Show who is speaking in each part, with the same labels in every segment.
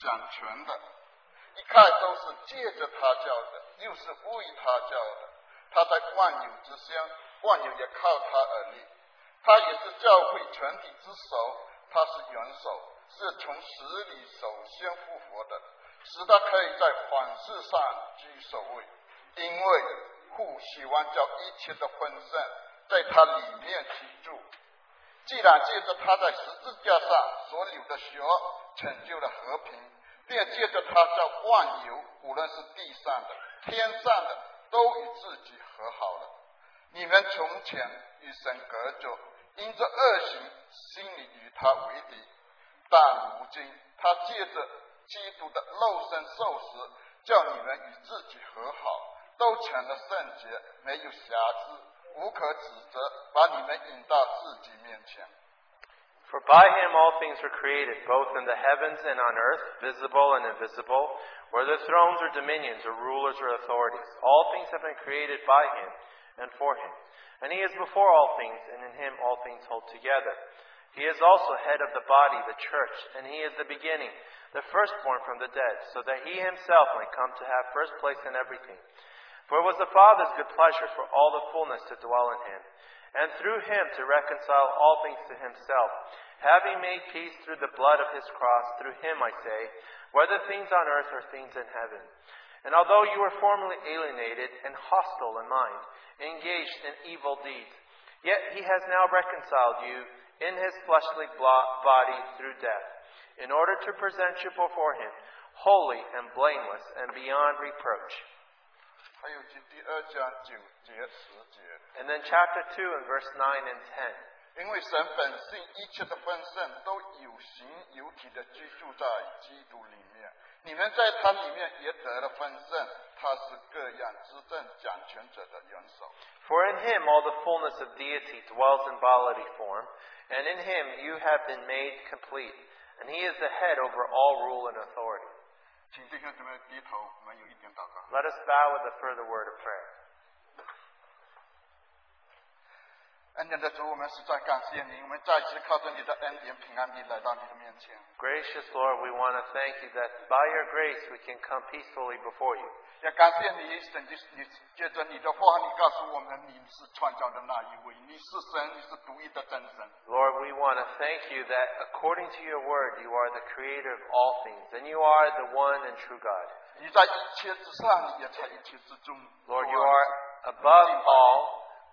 Speaker 1: 掌权的，一看都是借着他教的，又是为他教的。他在万有之乡，万有也靠他而立。他也是教会全体之首，他是元首，是从死里首先复活的，使他可以在凡事上居首位。因为父喜欢叫一切的分身在他里面居住。既然借着他在十字架上所流的血成就了和平，便借着他叫万有，无论是地上的、天上的，都与自己和好了。你们从前与神隔绝，因着恶行，心里与他为敌。但如今他借着基督的肉身受死，叫你们与自己和好，都成了圣洁，没有瑕疵。无可指责，把你们引到自己面前。
Speaker 2: For by him all things were created, both in the heavens and on earth, visible and invisible, whether thrones or dominions or rulers or authorities. All things have been created by him and for him. And he is before all things, and in him all things hold together. He is also head of the body, the church, and he is the beginning, the firstborn from the dead, so that he himself might come to have first place in everything. For it was the Father's good pleasure for all the fullness to dwell in him, and through him to reconcile all things to himself, having made peace through the blood of his cross, through him, I say, whether things on earth or things in heaven. And although you were formerly alienated and hostile in mind, engaged in evil deeds, yet he has now reconciled you in his fleshly blo- body through death, in order to present you before him, holy and blameless and beyond reproach.
Speaker 1: 还有第第二章九节十节，
Speaker 2: And then chapter 2 and verse 9 and 10.
Speaker 1: 因为神本性一切的丰盛都有形有体的居住在基督里面，你们在他里面也得了丰盛，他是各样执政掌权者的元首。
Speaker 2: For in him all the fullness of deity dwells in bodily form, and in him you have been made complete, and he is the head over all rule and authority.
Speaker 1: 请弟兄姊妹低头，我们有一点祷告。
Speaker 2: Let us bow with a further word of prayer.
Speaker 1: 恩典的主，我们实在感谢您，我们再次靠着你的恩典平安地来到你的面前，
Speaker 2: Gracious Lord, we want to thank you that by your grace we can come peacefully before you.
Speaker 1: 也感谢你，神你你借着你的话，你告诉我们你是创造的那一位，你是神，你是独一的真神。
Speaker 2: Lord, we want to thank you that according to your word, you are the creator of all things, and you are the one and true God.
Speaker 1: 你在一切之上，你也在一切之中。啊
Speaker 2: Lord, you are above all.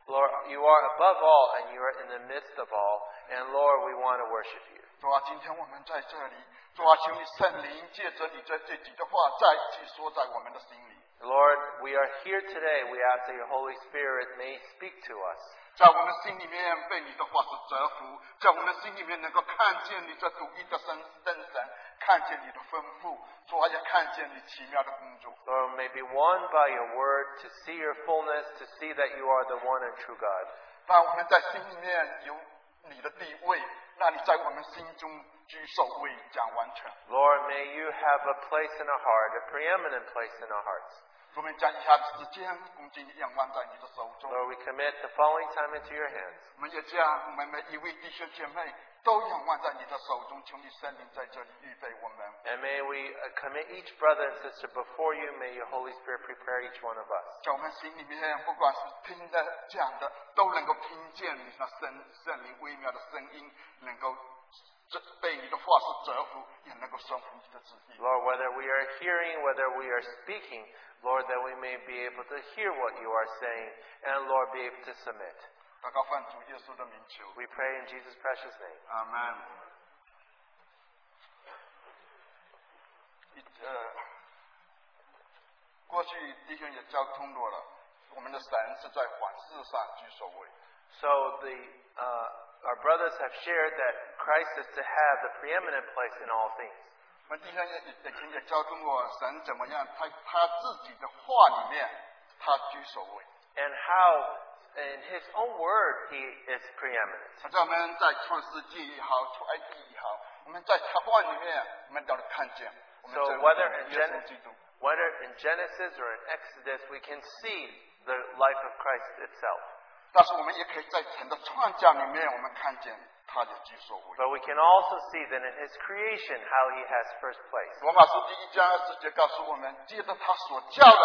Speaker 2: Lord, you are above all, and you are in the midst of all. And Lord, we want to worship you.
Speaker 1: 主啊，今天我们在这里，主啊，求你圣灵借着你这这几句话再一次说在我们的心里，
Speaker 2: Lord, we are here today. We ask that your Holy Spirit may speak to us,
Speaker 1: 在我们心里面被你的话所折服，在我们心里面能够看见你这独一的神真神，看见你的吩咐，主啊，也看见你奇妙的工作。
Speaker 2: Lord, may be won by your word to see your fullness, to see that you are the one and true God.
Speaker 1: 让我们在心里面有你的地位，让你在我们心中居首位，讲完全。
Speaker 2: Lord, may you have a place in our heart, a preeminent place in our hearts.
Speaker 1: 我们将以下的时间恭敬仰望在你的手中。
Speaker 2: Lord, we commit the following time into your hands.
Speaker 1: 我们也将我们每一位弟兄姐妹都仰望在你的手中，求你圣灵在这里预备我们。
Speaker 2: And may we uh, commit each brother and sister before you. May your Holy Spirit prepare each one of us.
Speaker 1: 在我们心里面，不管是听的、讲的，都能够听见你那圣圣灵微妙的声音，能够这被你的话所折服，也能够顺服你的旨意。
Speaker 2: Lord, whether we are hearing, whether we are speaking, Lord, that we may be able to hear what you are saying, and Lord, be able to submit.
Speaker 1: 祷告奉主耶稣的名求，
Speaker 2: We pray in Jesus' precious name.
Speaker 1: 阿门。一呃，过去弟兄也交通过了，我们的神是在凡事上居首位。
Speaker 2: So the uh, our brothers have shared that Christ is to have the preeminent place in all things.
Speaker 1: 我们弟兄也也也也教中国神怎么样，他他自己的话里面，他居首位。
Speaker 2: And how in his own word he is preeminent.
Speaker 1: 他在我们在创世纪也好，出埃及也好，我们在他话里面，我们都能看见。我们
Speaker 2: So
Speaker 1: 真
Speaker 2: whether in
Speaker 1: 耶稣
Speaker 2: Genesis,
Speaker 1: 基督，
Speaker 2: whether in Genesis or in Exodus, we can see the life of Christ itself.
Speaker 1: 但是我们也可以在神的创造里面，我们看见他他也接受为
Speaker 2: But we can also see that in his creation how he has first place.
Speaker 1: 罗马书第一章二十节告诉我们，接着他所教的，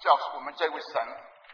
Speaker 1: 叫我们这位神，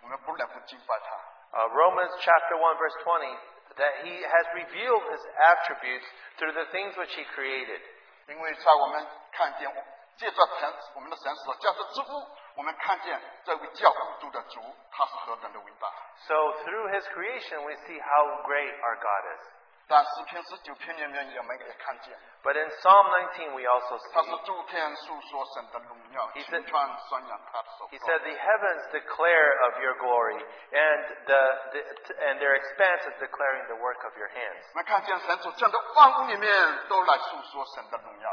Speaker 1: 我们不能不敬拜他。
Speaker 2: Uh, Romans chapter 1 verse 20 that he has revealed his attributes through the things which he created.
Speaker 1: 因为在我们看见我，借着神我们的神所叫的之物，我们看见这位叫基督的主，他是何等的伟大。
Speaker 2: So through his creation we see how great our God is.
Speaker 1: 但诗篇十九篇里面也没也看见，
Speaker 2: But in Psalm 19 we also
Speaker 1: 他是
Speaker 2: see
Speaker 1: 诸天诉说神的荣耀，
Speaker 2: He said-
Speaker 1: 青川宣扬他的手
Speaker 2: he
Speaker 1: 段
Speaker 2: said the heavens declare of your glory and the, the and their expanse is declaring the work of your hands.
Speaker 1: 我们看见神所降的万物里面都来诉说神的荣耀。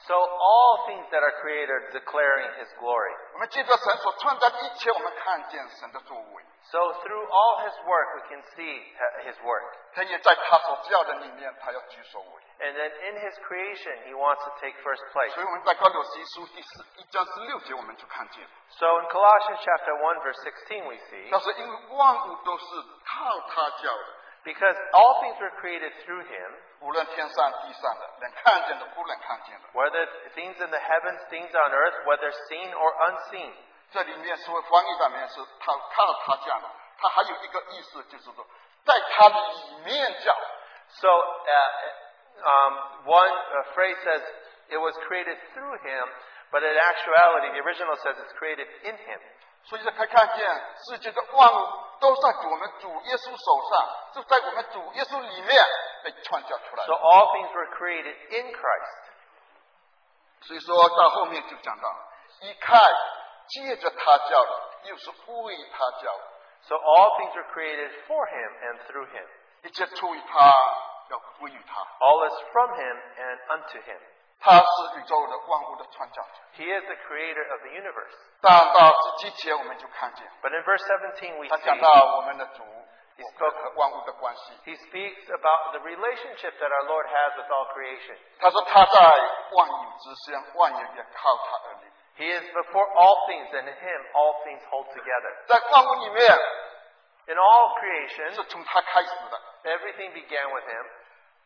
Speaker 2: So all things that are created are declaring his glory.
Speaker 1: 我们借着神所创造的一切，我们看见神的作为。
Speaker 2: So through all his work we can see uh, his work.
Speaker 1: 神也在他所教的里面，他要举手为。
Speaker 2: And then in his creation he wants to take first place.
Speaker 1: 所以我们在高柳西书第十一章十六节，我们就看见，
Speaker 2: So in Colossians chapter 1 verse 16 we see
Speaker 1: 但是因为万物都是靠他教的，
Speaker 2: because all things were created through him
Speaker 1: 无论天上地上的，能看见的不能看见的，
Speaker 2: whether things in the heavens, things on earth, whether seen or unseen.
Speaker 1: 这里面说翻译上面是他靠他教的，他还有一个意思就是说，在他的里面教，
Speaker 2: So uh, um, one uh, phrase says it was created through him, but in actuality the original says it's created in him.
Speaker 1: 所以说可以看见世界的万物都在我们主耶稣手上，是在我们主耶稣里面被创造出来
Speaker 2: So
Speaker 1: 的。
Speaker 2: all things were created in Christ.
Speaker 1: 所以说到后面就讲到，一看借着他教的，又是为他教的，
Speaker 2: So all things were created for him and through him.
Speaker 1: 一切出于他，要归于他。
Speaker 2: All is from him and unto him.
Speaker 1: 他是宇宙的万物的创造者。
Speaker 2: He is the creator of the universe.
Speaker 1: 但到十七节我们就看见，
Speaker 2: But in verse 17 we
Speaker 1: 他
Speaker 2: see
Speaker 1: 讲到我们的主，
Speaker 2: He's
Speaker 1: 我们和万物的关系。
Speaker 2: he speaks about the relationship that our Lord has with all creation.
Speaker 1: 他说他在万有之先，万有也靠他而立。
Speaker 2: He is before all things, and in him all things hold together.
Speaker 1: 在万物里面
Speaker 2: In all creation,
Speaker 1: 是从他开始的。
Speaker 2: everything began with him.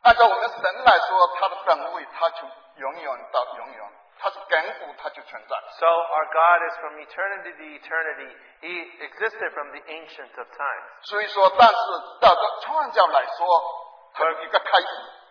Speaker 1: 按照我们神来说，他的本位，他从永远到永远，他是亘古，他就存在。
Speaker 2: So our God is from eternity to eternity. He existed from the ancient of times.
Speaker 1: 所以说，但是到这创造来说，它有一个开始。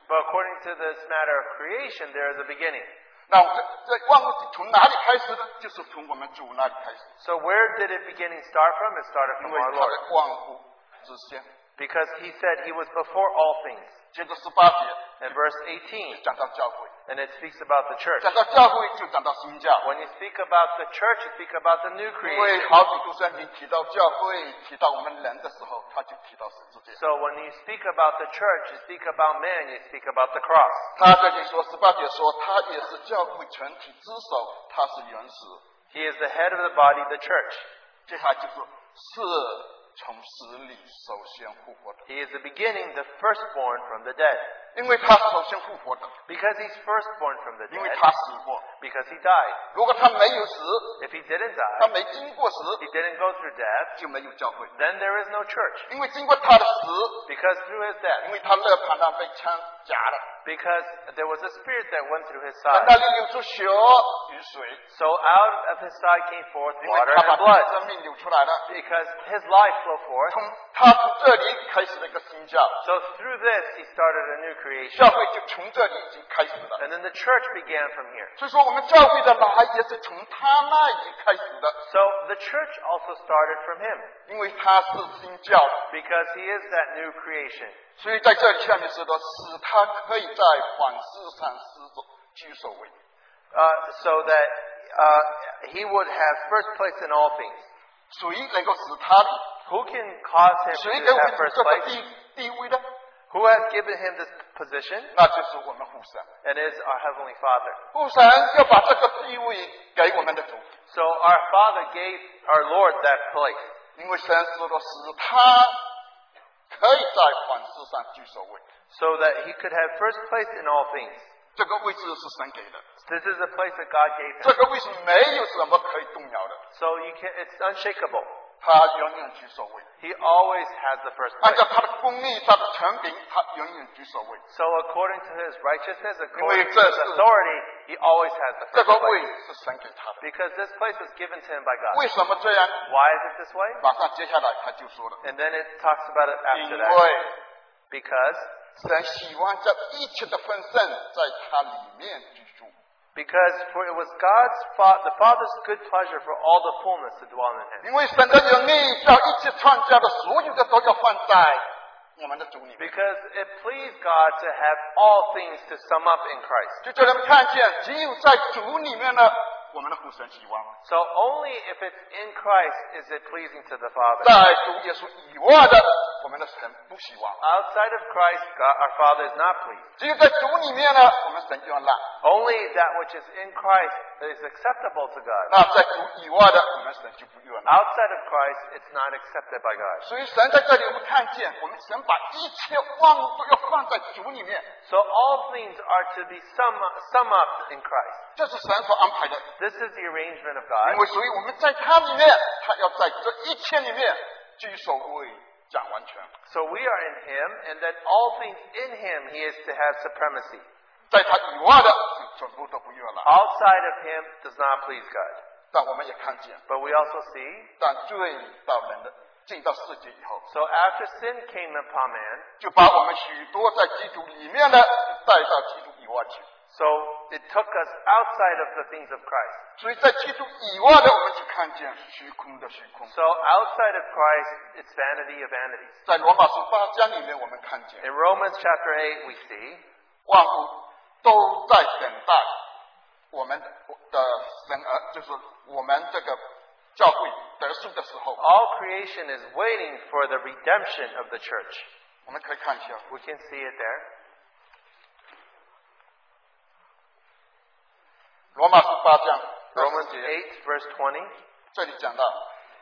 Speaker 2: But according to this matter of creation, there is a beginning.
Speaker 1: 那我们这这万物是从哪里开始呢？就是从我们主那里开始，
Speaker 2: So where did it beginning start from? It started
Speaker 1: 因
Speaker 2: from
Speaker 1: 为
Speaker 2: our
Speaker 1: 他
Speaker 2: Lord.
Speaker 1: 的万物之先。
Speaker 2: Because he said he was before all things.
Speaker 1: 接着十八节
Speaker 2: In verse 18,
Speaker 1: 讲到教会，
Speaker 2: and it speaks about the church.
Speaker 1: 讲到教会就讲到新教，
Speaker 2: When you speak about the church, you speak about the new
Speaker 1: 因为
Speaker 2: creation.
Speaker 1: 好几度圣经提到教会、提到我们人的时候，他就提到十字架。
Speaker 2: So when you speak about the church, you speak about man, you speak about the cross.
Speaker 1: 他这里说十八节说，他也是教会全体之首，他是原始，
Speaker 2: He is the head of the body, the church.
Speaker 1: 这下就是是从死里首先复活的。
Speaker 2: He is the beginning, the firstborn from the dead.
Speaker 1: 因为他首先复活的，
Speaker 2: Because he's firstborn from the
Speaker 1: 因为
Speaker 2: dead.
Speaker 1: 他死过。
Speaker 2: Because he died.
Speaker 1: 如果他没有死，
Speaker 2: If he didn't
Speaker 1: 他
Speaker 2: die,
Speaker 1: 没经过
Speaker 2: he
Speaker 1: 死，
Speaker 2: didn't go through death,
Speaker 1: 就没有教会。
Speaker 2: then there is no church.
Speaker 1: 因为经过他的死，
Speaker 2: Because through his
Speaker 1: 因
Speaker 2: death,
Speaker 1: 为他肋旁那被枪夹了，
Speaker 2: because there was a spirit that went through his
Speaker 1: 他那
Speaker 2: side.
Speaker 1: 里流出血与水，
Speaker 2: So out of his side came forth
Speaker 1: 因为
Speaker 2: water
Speaker 1: 他把
Speaker 2: and
Speaker 1: 他
Speaker 2: blood.
Speaker 1: 的生命流出来了。
Speaker 2: Because his life flowed forth.
Speaker 1: 从他从这里开始了一个新教，
Speaker 2: So through this, he started a new
Speaker 1: 教
Speaker 2: creation.
Speaker 1: 会就从这里已经开始了。
Speaker 2: And then the church began from here.
Speaker 1: 所以说，我们教会的来也是从他那里开始的，
Speaker 2: So the church also started from him.
Speaker 1: 因为他是新教，
Speaker 2: Because he is that new creation.
Speaker 1: 所以在这里下面说的，使他可以在凡事上施手居首位。
Speaker 2: Uh, so that uh, he would have first place in all things.
Speaker 1: 谁能够使他的？
Speaker 2: Who can cause him
Speaker 1: 谁
Speaker 2: to
Speaker 1: 给我
Speaker 2: have
Speaker 1: 们
Speaker 2: first
Speaker 1: 这个
Speaker 2: place?
Speaker 1: 地地位呢？
Speaker 2: Who has given him this position?
Speaker 1: 那就是我们父神。
Speaker 2: And is our Heavenly Father.
Speaker 1: 父神要把这个地位给我们的主，
Speaker 2: So our Father gave our Lord that place.
Speaker 1: 因为神说了，使他可以在凡事上居首位。
Speaker 2: So that he could have first place in all things.
Speaker 1: 这个位置是神给的，
Speaker 2: This is a place that God gave
Speaker 1: 这
Speaker 2: him.
Speaker 1: 个位置没有什么可以动摇的。
Speaker 2: So you can, it's unshakable.
Speaker 1: 他永远居首位。
Speaker 2: He always has the first
Speaker 1: 按照
Speaker 2: place.
Speaker 1: 他的公义，他的权柄，他永远居首位。
Speaker 2: So according to his righteousness, according to
Speaker 1: 这是-
Speaker 2: his authority, he always has the
Speaker 1: 这
Speaker 2: first
Speaker 1: 个
Speaker 2: place.
Speaker 1: 位是神给他的。
Speaker 2: Because this place was given to him by God.
Speaker 1: 为什么这样？
Speaker 2: Why is it this way?
Speaker 1: 马上接下来他就说了，
Speaker 2: And then it talks about it
Speaker 1: 因
Speaker 2: after that.
Speaker 1: 为
Speaker 2: Because
Speaker 1: 神喜欢这一切的丰盛在他里面居住。
Speaker 2: because for it was God's fa- the Father's good pleasure for all the fullness to dwell in him.
Speaker 1: 因为神的能力叫一切创造的所有的都要放在我们的主里面。
Speaker 2: Because it pleased God to have all things to sum up in Christ.
Speaker 1: 就叫人们看见，只有在主里面呢，我们的父神啊喜欢；
Speaker 2: So only if it's in Christ is it pleasing to the Father.
Speaker 1: 在主耶稣以外的，我们的神不喜欢。
Speaker 2: Outside of Christ, God, our Father is not pleased.
Speaker 1: 只有在主里面呢，我们神就要让；
Speaker 2: Only that which is in Christ is acceptable to God.
Speaker 1: 那在主以外的，我们神就不悦了。
Speaker 2: Outside of Christ, it's not accepted by God.
Speaker 1: 所以神在这里，我们看见，我们神把一切万物都要放在主里面，
Speaker 2: So all things are to be sum, sum up in Christ.
Speaker 1: 这是神所安排的。
Speaker 2: This is the arrangement of
Speaker 1: 因
Speaker 2: God.
Speaker 1: 为所以我们在他里面，他要在这一切里面居首位，掌完全。
Speaker 2: So we are in Him, and that all things in Him, He is to have supremacy.
Speaker 1: 在他以外的，全部都不悦了。
Speaker 2: Outside of Him does not please God.
Speaker 1: 但我们也看见，
Speaker 2: But we also see,
Speaker 1: 但罪到人的进到世界以后，
Speaker 2: so after sin came upon man,
Speaker 1: 就把我们许多在基督里面的带到基督以外去。
Speaker 2: so it took us outside of the things of Christ.
Speaker 1: 所以在基督以外的，我们就看见虚空的虚空。
Speaker 2: So outside of Christ, it's vanity of vanities.
Speaker 1: 在罗马书八章里面，我们看见
Speaker 2: In Romans chapter 8, we see
Speaker 1: 万物都在等待我们的呃神儿，就是我们这个教会得胜的时候，
Speaker 2: all creation is waiting for the redemption of the church.
Speaker 1: 我们可以看一下
Speaker 2: We can see it there.
Speaker 1: 罗马书八章
Speaker 2: Romans
Speaker 1: 节。
Speaker 2: 8, verse 20.
Speaker 1: 这里讲到，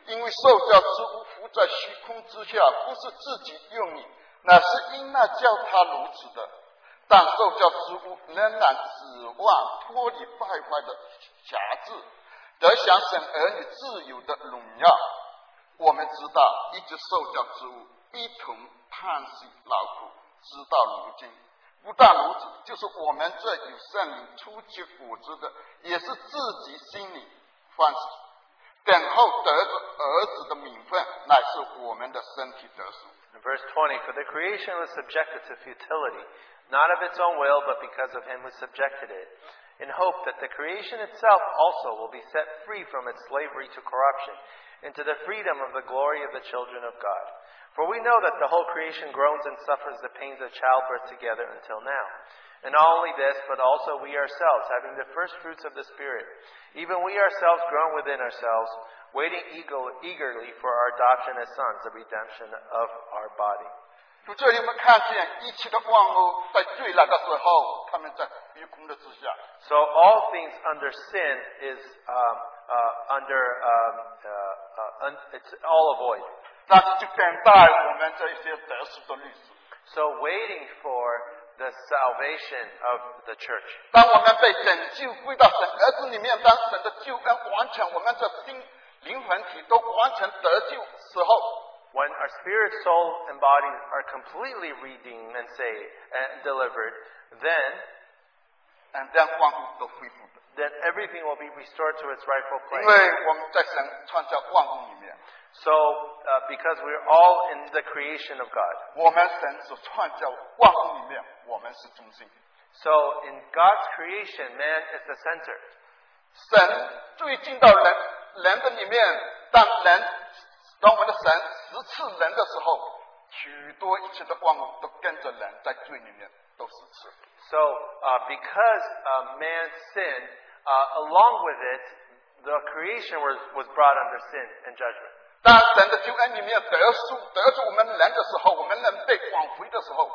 Speaker 1: 因为受教之物浮在虚空之下，不是自己用意，乃是因那叫他如此的。但受教之物仍然指望脱离败坏的辖制，得享神儿女自由的荣耀。我们知道，一直受教之物一同叹息劳苦，直到如今。不但如此，就是我们这有圣灵初结果子的，也是自己心里欢喜。等候得子儿子的名分，乃是我们的身体得赎。
Speaker 2: In verse 20, for the creation was subjected to futility, not of its own will, but because of him who subjected it, in hope that the creation itself also will be set free from its slavery to corruption, into the freedom of the glory of the children of God. For we know that the whole creation groans and suffers the pains of childbirth together until now. And not only this, but also we ourselves, having the first fruits of the Spirit, even we ourselves groan within ourselves, waiting eagle- eagerly for our adoption as sons, the redemption of our body.
Speaker 1: 从这里我们看见一切的万物在最来的时候，他们在虚空的之下，
Speaker 2: So all things under sin is um, uh, under um, uh, uh, un- it's all a void.
Speaker 1: 但是就等待我们这一些得赎的律师。
Speaker 2: So waiting for the salvation of the church.
Speaker 1: 当我们被拯救归到神儿子里面，当神的救恩完成，我们的心灵魂体都完成得救时候，
Speaker 2: When our spirit, soul, and body are completely redeemed and saved and delivered, then
Speaker 1: 嗯，让万物都恢复的，
Speaker 2: then everything will be restored to its rightful
Speaker 1: 因
Speaker 2: place.
Speaker 1: 为我们在神创造万物里面，
Speaker 2: So uh, because we're all in the creation of God.
Speaker 1: 我们神所创造万物里面，我们是中心。
Speaker 2: So in God's creation, man is the center.
Speaker 1: 神最进到人人的里面，当人当我们的神十次人的时候，许多一切的万物都跟着人在罪里面都十次。
Speaker 2: So uh, because uh, man sinned, uh, along with it, the creation was, was brought under sin and judgment.
Speaker 1: 当神的救恩里面得出得出我们人的时候，我们人被挽回的时候，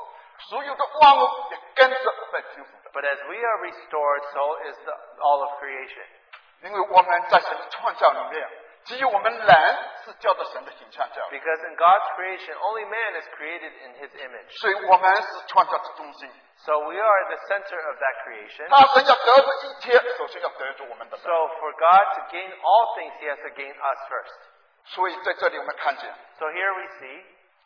Speaker 1: 所有的万物也跟着被救赎的，
Speaker 2: But as we are restored, so is the, all of creation.
Speaker 1: 因为我们在神的创造里面，只有我们人是叫做神的形象教育，
Speaker 2: Because in God's creation, only man is created in his image.
Speaker 1: 所以我们是创造的中心。
Speaker 2: So we are the center of that creation.
Speaker 1: 那神要得着一切，首先要得着我们的人
Speaker 2: So for God to gain all things, he has to gain us first.
Speaker 1: 所以在这里我们看见，
Speaker 2: So here we see,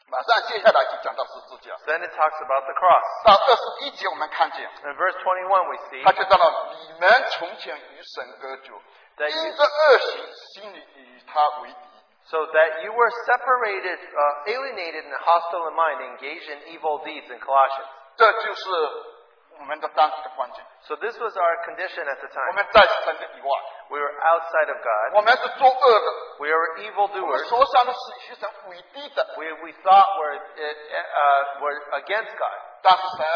Speaker 1: 马上接下来就讲到十字架。
Speaker 2: then it talks about the cross.
Speaker 1: 到二十一节我们看见，
Speaker 2: In verse 21, we see
Speaker 1: 他就讲到你们从前与神隔绝，
Speaker 2: 对
Speaker 1: 因着恶行，心里与他为敌。
Speaker 2: So that you were separated, uh, alienated, and hostile in mind, engaged in evil deeds in Colossians.
Speaker 1: 这就是我们的当时的光景。
Speaker 2: So this was our condition at the
Speaker 1: 我
Speaker 2: time.
Speaker 1: 们在神的以外，
Speaker 2: We were outside of God.
Speaker 1: 我们是作恶的，
Speaker 2: We were
Speaker 1: 我
Speaker 2: evildoers.
Speaker 1: 所想的是与神为敌的。
Speaker 2: We, we thought were, uh, uh, were against God.
Speaker 1: 但是神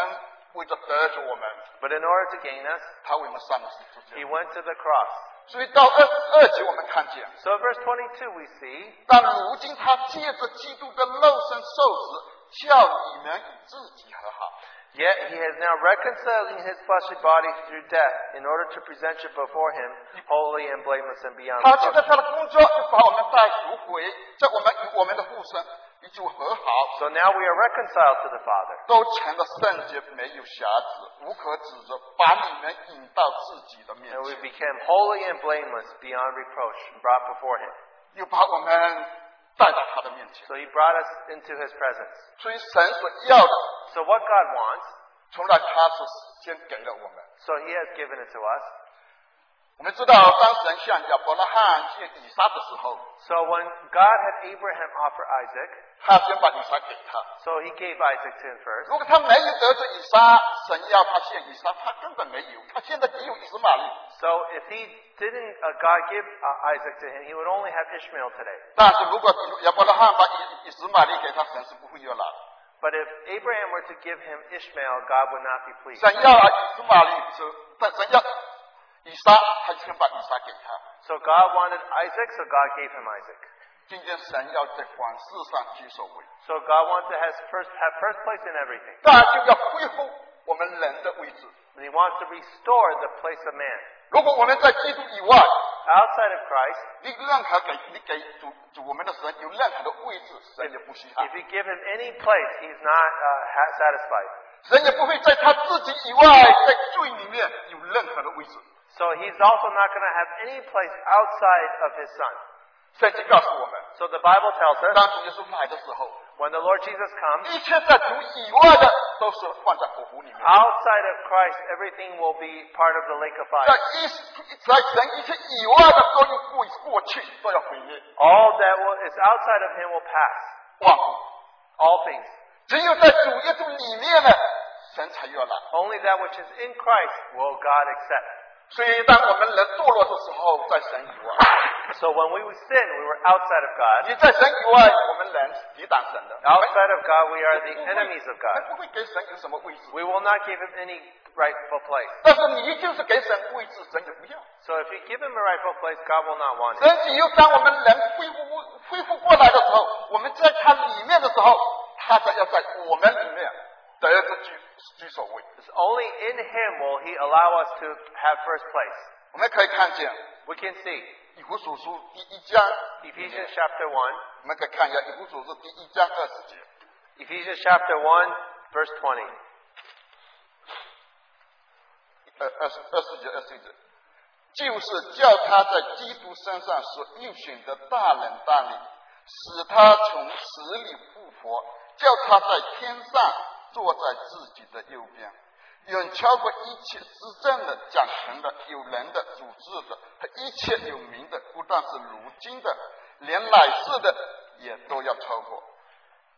Speaker 1: 为了得着我们，
Speaker 2: But in order to gain us,
Speaker 1: 他为我们上了十字
Speaker 2: he
Speaker 1: 架。
Speaker 2: went to the cross.
Speaker 1: 所以到二十二节我们看见，
Speaker 2: So verse 22 we see,
Speaker 1: 但如今他借着基督的肉身受死，叫你们与自己和好。
Speaker 2: Yet he has now reconciled in his fleshly body through death in order to present you before him, holy and blameless and beyond
Speaker 1: 他借着
Speaker 2: reproach.
Speaker 1: 他的工作，就把我们带赎回，在我们与我们的父神与主和好，
Speaker 2: So now we are reconciled to the Father.
Speaker 1: 都成了圣洁，没有瑕疵，无可指责，把你们引到自己的面
Speaker 2: And we
Speaker 1: 前，
Speaker 2: became holy and blameless beyond reproach and brought before him.
Speaker 1: 又把我们带到他的面前。
Speaker 2: So he brought us into his presence.
Speaker 1: 所以神所要的，
Speaker 2: So what God wants,
Speaker 1: 从来他是先给了我们。
Speaker 2: so he has given it to us.
Speaker 1: 我们知道，当神向亚伯拉罕借以撒的时候，
Speaker 2: So when God had Abraham offer Isaac,
Speaker 1: 他先把以撒给他。
Speaker 2: so he gave Isaac to him first.
Speaker 1: 如果他没有得罪以撒，神要他献以撒，他根本没有，他现在只有以实玛利。
Speaker 2: So if he didn't, uh, God give uh, Isaac to him, he would only have Ishmael today.
Speaker 1: 但是如果亚伯拉罕把以以实玛利给他，神是不会要拿的。
Speaker 2: But if Abraham were to give him Ishmael, God would not be pleased.
Speaker 1: 神要啊以实玛利是，但神要以撒，他先把以撒给他。
Speaker 2: So God wanted Isaac, so God gave him Isaac.
Speaker 1: 今天神要在凡事上居首位，
Speaker 2: So God wants to has first, have first place in everything.
Speaker 1: 但就要恢复我们人的位置。
Speaker 2: And he wants to restore the place of man.
Speaker 1: 如果我们在基督以外，
Speaker 2: Outside of Christ,
Speaker 1: 你任何给你给主主我们的神有任何的位置，神也不稀罕
Speaker 2: if，you give him any place, he's not uh, ha- satisfied.
Speaker 1: 神也不会在他自己以外，在罪里面有任何的位置。
Speaker 2: So he's also not going to have any place outside of his son.
Speaker 1: 圣经告诉我们，
Speaker 2: So the Bible tells us
Speaker 1: 当主耶稣来的时候，
Speaker 2: when the Lord Jesus comes,
Speaker 1: 一切在主以外的都是放在火湖里面。
Speaker 2: outside of Christ, everything will be part of the lake of
Speaker 1: 在
Speaker 2: fire.
Speaker 1: 一在神一切以外的都要过过去，都要毁灭，
Speaker 2: All that will, is outside of him will pass.
Speaker 1: 忘乎。
Speaker 2: All things.
Speaker 1: 只有在主耶稣里面呢，神才要来。
Speaker 2: Only that which is in Christ will God accept.
Speaker 1: 所以，当我们人堕落的时候，在神以外，
Speaker 2: So when we sin, we were outside of God.
Speaker 1: 你在神以外，我们人是抵挡神的，
Speaker 2: Outside of God, we are the
Speaker 1: 不会
Speaker 2: enemies of God.
Speaker 1: 不会给神有什么位置。
Speaker 2: We will not give him any rightful place.
Speaker 1: 但是你就是给神位置，神也不要。
Speaker 2: So if you give him a rightful place, God will not want it.
Speaker 1: 神只有当我们人恢复恢复过来的时候，我们在他里面的时候，他才要在我们里面得着居居首位。
Speaker 2: It's only in him will he allow us to have first place.
Speaker 1: 我们可以看见
Speaker 2: We can see
Speaker 1: 以弗所书第一章，
Speaker 2: Ephesians chapter 1.
Speaker 1: 我们可以看一下以弗所书第一章二十节。
Speaker 2: Ephesians chapter 1, verse 20.
Speaker 1: 呃二十二十节二十一节，就是叫他在基督身上所应选的大能大力，使他从死里复活，叫他在天上坐在自己的右边，远超过一切执政的、掌权的、有人的、主治的和一切有名的，不但是如今的，连来世的也都要超过。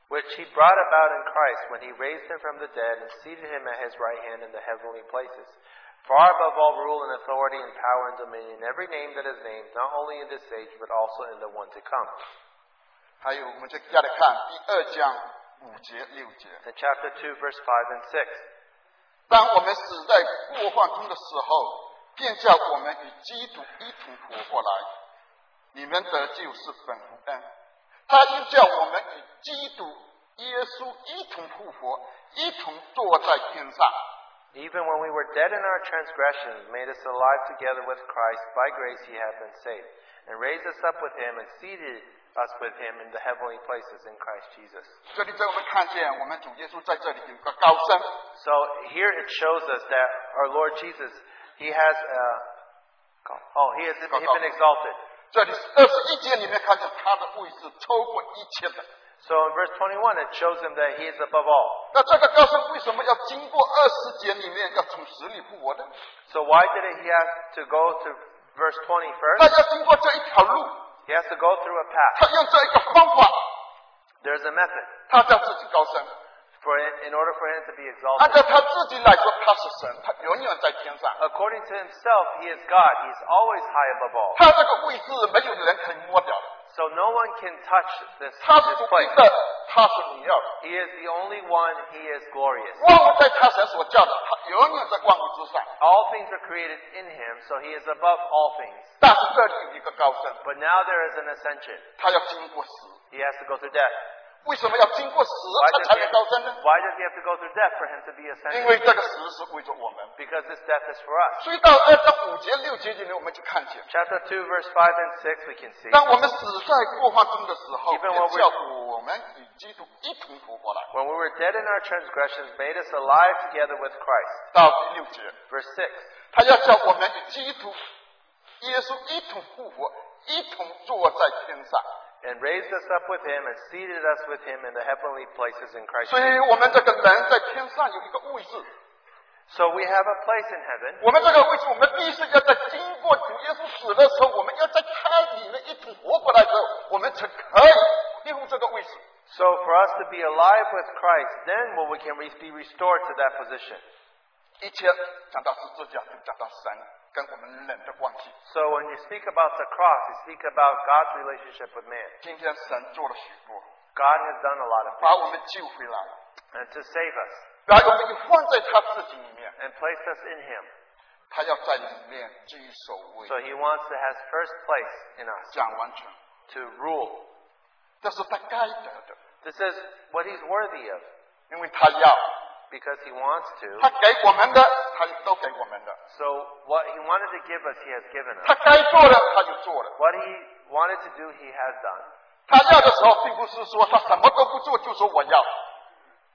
Speaker 2: which he brought about in Christ when he raised him from the dead and seated him at his right hand in the heavenly places, far above all rule and authority and power and dominion, every name that is named, not only in this age, but also in the one to come.
Speaker 1: 还有，我们再接着看第二章五节六节。
Speaker 2: In chapter 2, verse 5 and 6.
Speaker 1: 当我们死在过患中的时候，便叫我们与基督一同活过来。你们得救是本乎恩，他又叫我们与基督、耶稣一同复活，一同坐在天上。
Speaker 2: Even when we were dead in our transgressions, made us alive together with Christ, by grace ye have been saved, and raised us up with him and seated us with him in the heavenly places in Christ Jesus.
Speaker 1: 这里在我们看见，我们主耶稣在这里有个高升，
Speaker 2: So here it shows us that our Lord Jesus, He has, uh, oh, He has
Speaker 1: Got
Speaker 2: he's been
Speaker 1: up.
Speaker 2: exalted.
Speaker 1: 这里二十一节里面看见他的位置超过一切的。
Speaker 2: So in verse 21, it shows him that he is above all.
Speaker 1: 那这个告诉为什么要经过二十节里面要从死里复活呢？
Speaker 2: So why did he have to go to verse 20
Speaker 1: 他
Speaker 2: first?
Speaker 1: 要经过这一条路，
Speaker 2: He has to go through a path.
Speaker 1: 他用这一个方法，
Speaker 2: There's a method
Speaker 1: 他叫自己高升。
Speaker 2: for in order for him to be
Speaker 1: 按
Speaker 2: exalted.
Speaker 1: 照他自己来说，他是神，他永远在天上，
Speaker 2: According to himself, he is God. He's always high above all.
Speaker 1: 他这个位置没有人可以摸掉的，
Speaker 2: So no one can touch this,
Speaker 1: 他是
Speaker 2: this
Speaker 1: 独一
Speaker 2: place.
Speaker 1: 的，他是荣耀的。
Speaker 2: He is the only one. He is glorious.
Speaker 1: 万物在他神所教的，他永远在万物之上。
Speaker 2: All things are created in him, so he is above all things.
Speaker 1: 但是这里有一个高升，
Speaker 2: But now there is an ascension.
Speaker 1: 他要经过死。
Speaker 2: He has to go through death.
Speaker 1: 为什么要经过死
Speaker 2: Why
Speaker 1: 他
Speaker 2: does,
Speaker 1: 才
Speaker 2: he
Speaker 1: 能
Speaker 2: have,
Speaker 1: 高升呢？
Speaker 2: why does he have to go through death for him to be
Speaker 1: 因
Speaker 2: ascended?
Speaker 1: 为这个死是为着我们。
Speaker 2: Because this death is for us.
Speaker 1: 所以到二章五节六节里面，我们就看见，
Speaker 2: Chapter 2, verse 5 and 6, we can see.
Speaker 1: 当我们死在过犯中的时候，
Speaker 2: Even
Speaker 1: 便
Speaker 2: when we-
Speaker 1: 叫我们与基督一同复活来。
Speaker 2: When we were dead in our transgressions, made us alive together with Christ.
Speaker 1: 到第六节，
Speaker 2: Verse 6.
Speaker 1: 他要叫我们与基督、耶稣一同复活，一同坐在天上。
Speaker 2: And raised us up with him and seated us with him in the heavenly places in Christ.
Speaker 1: 所以，我们这个人在天上有一个位置，
Speaker 2: So we have a place in heaven.
Speaker 1: 我们这个位置，我们必须要在经过主耶稣死的时候，我们要在他里面一同活过来的时候，我们才可以用这个位置。
Speaker 2: So for us to be alive with Christ, then will we can re- be restored to that position.
Speaker 1: 一切讲到十字架，就讲到神跟我们人的关系。
Speaker 2: So when you speak about the cross, you speak about God's relationship with man.
Speaker 1: 今天神做了许多，
Speaker 2: God has done a lot of
Speaker 1: 把我们救回来，
Speaker 2: things and to save us
Speaker 1: 然后我们又放在他自己里面，
Speaker 2: and placed us in him.
Speaker 1: 他要在里面居首位
Speaker 2: So，he wants to have first place in us
Speaker 1: 讲完全，
Speaker 2: to rule.
Speaker 1: 这是他该得的，
Speaker 2: This is what he's worthy of
Speaker 1: 因为他要，
Speaker 2: because he wants to.
Speaker 1: 他给我们的，他都给我们的，
Speaker 2: So what he wanted to give us, he has given us.
Speaker 1: 他该做的他就做了。
Speaker 2: What he wanted to do, he has done.
Speaker 1: 他要的时候，并不是说他什么都不做，就说我要。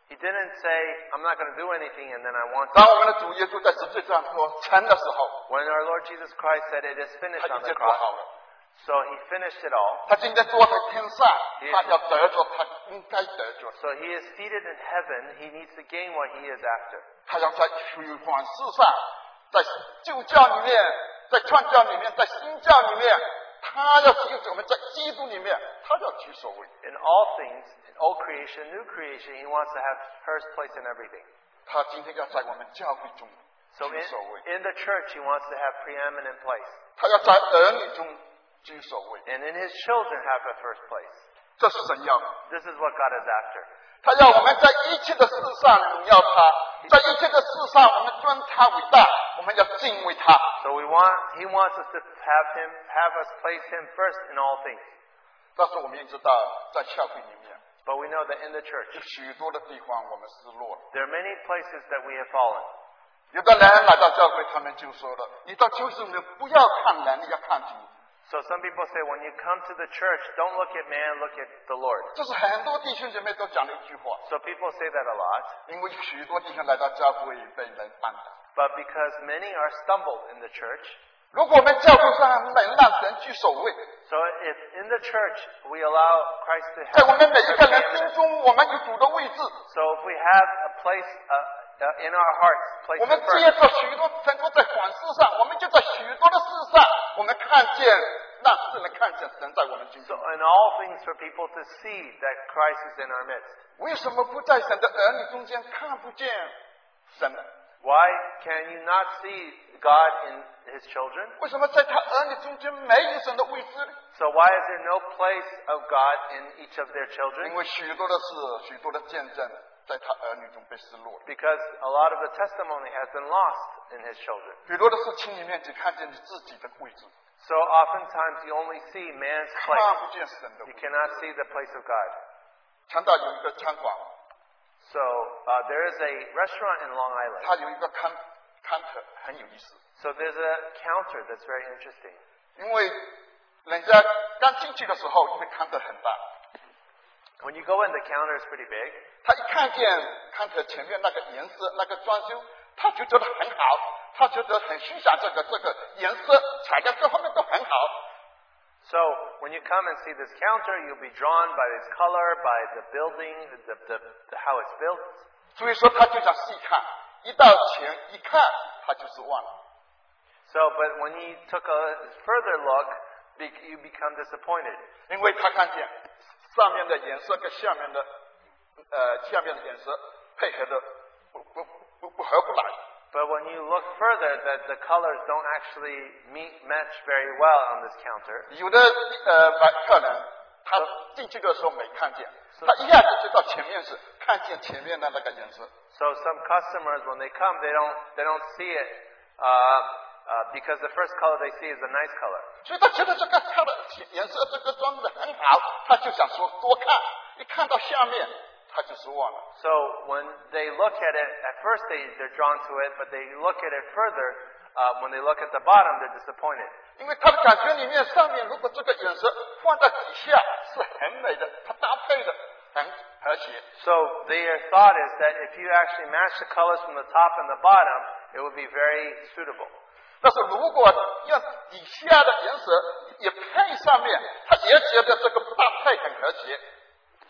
Speaker 2: He didn't say, I'm not going to do anything and then I want to.
Speaker 1: 当我们的主耶稣在十字架上说成的时候，
Speaker 2: When our Lord Jesus Christ said, It is
Speaker 1: 他
Speaker 2: finished
Speaker 1: 已经
Speaker 2: on the
Speaker 1: 做
Speaker 2: cross.
Speaker 1: 好了。
Speaker 2: So he finished it all.
Speaker 1: 他今天坐在天上，他要得着他应该得着的，
Speaker 2: So he is seated in heaven. He needs to gain what he is after.
Speaker 1: 他要在虚幻世上，在旧教里面，在创教里面，在新教里面，他要只有我们在基督里面，他要居首位，
Speaker 2: In all things, in all creation, new creation, he wants to have first place in everything.
Speaker 1: 他今天要在我们教会中
Speaker 2: So
Speaker 1: 居
Speaker 2: in,
Speaker 1: 首位，
Speaker 2: in the church, he wants to have preeminent place.
Speaker 1: 他要在儿女中居首位，
Speaker 2: And in his children, have a first place.
Speaker 1: 这是神要的。
Speaker 2: This is what God is after.
Speaker 1: 他要我们在一切的事上荣耀他，在一切的事上我们尊他为大，我们要敬畏他。
Speaker 2: So we want, he wants us to have him, have us place him first in all things.
Speaker 1: 但是我们也知道，在教会里面
Speaker 2: But we know that in the church,
Speaker 1: 有许多的地方我们失落了。
Speaker 2: there are many places that we have fallen.
Speaker 1: 有的人来到教会，他们就说了：“你到教室里面不要看人，你要看主。
Speaker 2: So some people say, when you come to the church, don't look at man, look at the Lord. ”
Speaker 1: 这是很多弟兄姐妹都讲的一句话，
Speaker 2: So people say that a lot,
Speaker 1: 因为许多弟兄来到教会被人绊倒。
Speaker 2: but because many are stumbled in the church,
Speaker 1: 如果我们教会上能让神居首位，
Speaker 2: so if in the church we allow Christ to
Speaker 1: 在
Speaker 2: have
Speaker 1: 我们每一个人
Speaker 2: preeminence,
Speaker 1: 心中，我们有主的位置，
Speaker 2: so if we have a place uh, uh, in our hearts, place
Speaker 1: 我
Speaker 2: him
Speaker 1: 们借
Speaker 2: first,
Speaker 1: 着许多神都在反思上，我们就在许多的事上，我们看见让世人看见神在我们心
Speaker 2: so
Speaker 1: 中。
Speaker 2: in all things for people to see that Christ is in our midst.
Speaker 1: 为什么不在神的儿女中间看不见神呢？
Speaker 2: Why can you not see God in His children?
Speaker 1: 为什么在他儿女中间没有神的位置呢？
Speaker 2: So why is there no place of God in each of their
Speaker 1: 因
Speaker 2: children?
Speaker 1: 为许多的事，许多的见证，在他儿女中被失落了。
Speaker 2: Because a lot of the testimony has been lost in His children.
Speaker 1: 许多的事情里面，只看见你自己的位置，
Speaker 2: So oftentimes you only see man's
Speaker 1: 看
Speaker 2: place.
Speaker 1: 不见神的位
Speaker 2: You
Speaker 1: 置。
Speaker 2: cannot see the place of God.
Speaker 1: 强到有一个餐馆，
Speaker 2: So uh, there is a restaurant in Long Island.
Speaker 1: 他有一个看看客很有意思，
Speaker 2: So there's a counter that's very interesting.
Speaker 1: 因为人家刚进去的时候，因为看客很大，
Speaker 2: When you go in, the counter is pretty big.
Speaker 1: 他一看见看客前面那个颜色、那个装修，他就觉得很好，他觉得很欣赏这个这个颜色、材料各方面都很好。
Speaker 2: So when you come and see this counter, you'll be drawn by its color, by the building, the, the, the how it's built.
Speaker 1: 所以说他就想细看，一到钱一看他就是忘了。
Speaker 2: So, but when he took a further look, be- you become disappointed
Speaker 1: 因为他看见上面的颜色跟下面的呃下面的颜色配合的不不不不合不来，
Speaker 2: But when you look further, that the colors don't actually meet, match very well on this counter.
Speaker 1: 有的呃买客人他进去的时候没看见，他一下子就到前面是看见前面的那个颜色，
Speaker 2: So some customers, when they come, they don't they don't see it uh, uh, because the first color they see is a nice color.
Speaker 1: 所以他觉得这个他的颜色这个装的很好，他就想说多看，一看到下面他就失望了。
Speaker 2: So when they look at it, at first they they're drawn to it, but they look at it further. Uh, when they look at the bottom, they're disappointed
Speaker 1: 因为他的感觉里面，上面如果这个颜色放在底下是很美的，它搭配的很和谐。
Speaker 2: So their thought is that if you actually match the colors from the top and the bottom, it would be very suitable.
Speaker 1: 但是如果要底下的颜色也配上面，他也觉得这个搭配很和谐。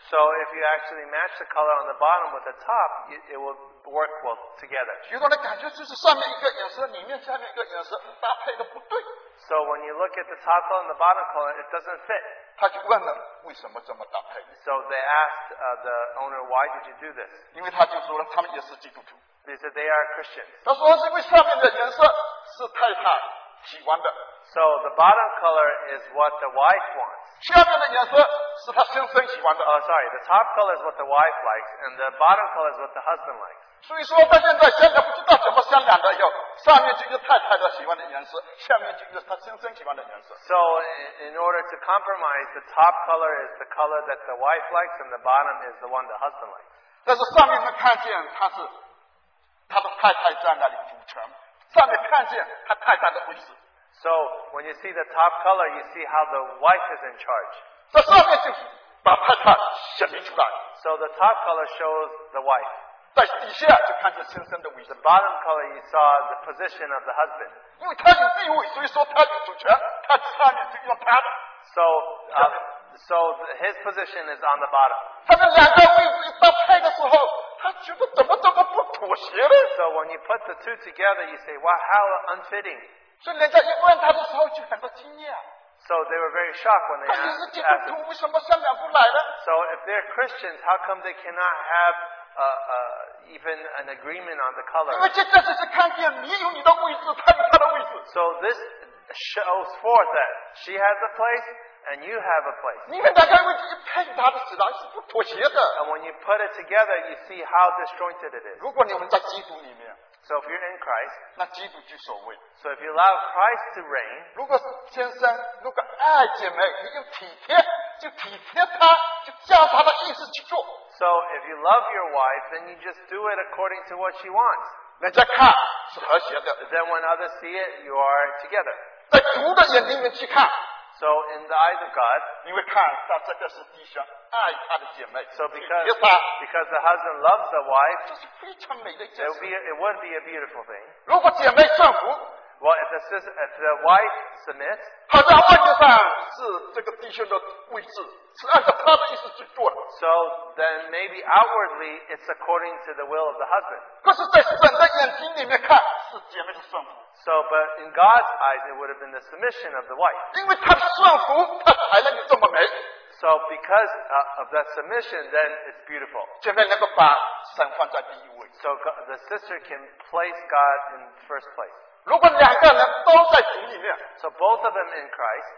Speaker 2: So if you actually match the color on the bottom with the top, it, it will work well together.
Speaker 1: 许多人感觉就是上面一个颜色，里面下面一个颜色搭配的不对，
Speaker 2: So when you look at the top color and the bottom color, it doesn't fit.
Speaker 1: 他就问了为什么这么搭配？
Speaker 2: So they asked uh, the owner, why did you do this?
Speaker 1: 因为他就说了，他们也是基督徒。
Speaker 2: They said, they are Christians.
Speaker 1: 他说是因为上面的颜色是太太喜欢的，
Speaker 2: So the bottom color is what the wife wants.
Speaker 1: 下面的颜色是他先生喜欢的。
Speaker 2: Oh, sorry, the top color is what the wife likes, and the bottom color is what the husband likes.
Speaker 1: 所以说他现在现在不知道怎么商量的，要上面这个太太的喜欢的颜色，下面这个他先生喜欢的颜色。
Speaker 2: So in, in order to compromise, the top color is the color that the wife likes, and the bottom is the one the husband likes.
Speaker 1: 但是上面能看见他是他的太太在那里主权，上面看见他太太的位置，
Speaker 2: So when you see the top color, you see how the wife is in charge.
Speaker 1: 在上面就把太太显明出来，
Speaker 2: So the top color shows the wife.
Speaker 1: 在底下就看见先生的位置
Speaker 2: The，bottom color you saw the position of the husband.
Speaker 1: 因为他有地位，所以说他有主权，他上面就用他的，
Speaker 2: So uh, so th- his position is on the bottom.
Speaker 1: 他们两个位置一搭配的时候，他觉得怎么怎么不妥协呢？
Speaker 2: So when you put the two together, you say, "Wow, how unfitting!"
Speaker 1: 所以人家一问他的时候就很多惊讶，
Speaker 2: So they were very shocked when
Speaker 1: 他
Speaker 2: they
Speaker 1: 也
Speaker 2: asked.
Speaker 1: 是基督
Speaker 2: asked him.
Speaker 1: 徒，为什么商量不来呢？
Speaker 2: So if they're Christians, how come they cannot have uh, uh, even an agreement on the
Speaker 1: 因为
Speaker 2: color?
Speaker 1: 这这就是看见你有你的位置，他有他的位置。
Speaker 2: So this shows forth that she has a place and you have a place.
Speaker 1: 你们大家问题一配搭的起来是不妥协的。
Speaker 2: And when you put it together, you see how disjointed it is.
Speaker 1: 如果你们在基督里面，
Speaker 2: So if you're in Christ,
Speaker 1: 那基督居首位。
Speaker 2: so if you allow Christ to reign,
Speaker 1: 如果是先生，如果爱姐妹，你就体贴，就体贴她，就照她的意思去做。
Speaker 2: so if you love your wife, then you just do it according to what she wants.
Speaker 1: 人家看是和谐的，
Speaker 2: Then when others see it, you are together.
Speaker 1: 在主的眼睛里面去看，
Speaker 2: So in the eyes of God,
Speaker 1: 因为看到这个是弟兄爱他的姐妹，
Speaker 2: so
Speaker 1: 体
Speaker 2: because
Speaker 1: 贴她，
Speaker 2: because the husband loves the wife,
Speaker 1: 这是非常美的一
Speaker 2: it
Speaker 1: 件
Speaker 2: would
Speaker 1: 事。
Speaker 2: be it would be a beautiful thing.
Speaker 1: 如果姐妹顺服，
Speaker 2: Well, if the sis, if the wife submits,
Speaker 1: 她在外面上是这个弟兄的位置，是按照他的意思去做的。
Speaker 2: so then maybe outwardly it's according to the will of the husband.
Speaker 1: 可是，在神的眼睛里面看，是姐妹的顺服，
Speaker 2: So, but in God's eyes, it would have been the submission of the wife.
Speaker 1: 因为她的顺服，她才能够这么美。
Speaker 2: So, because uh, of that submission, then it's beautiful.
Speaker 1: 姐妹能够把神放在第一位。
Speaker 2: So, go- the sister can place God in first place.
Speaker 1: 如果两个人都在主里面，
Speaker 2: So, both of them in Christ,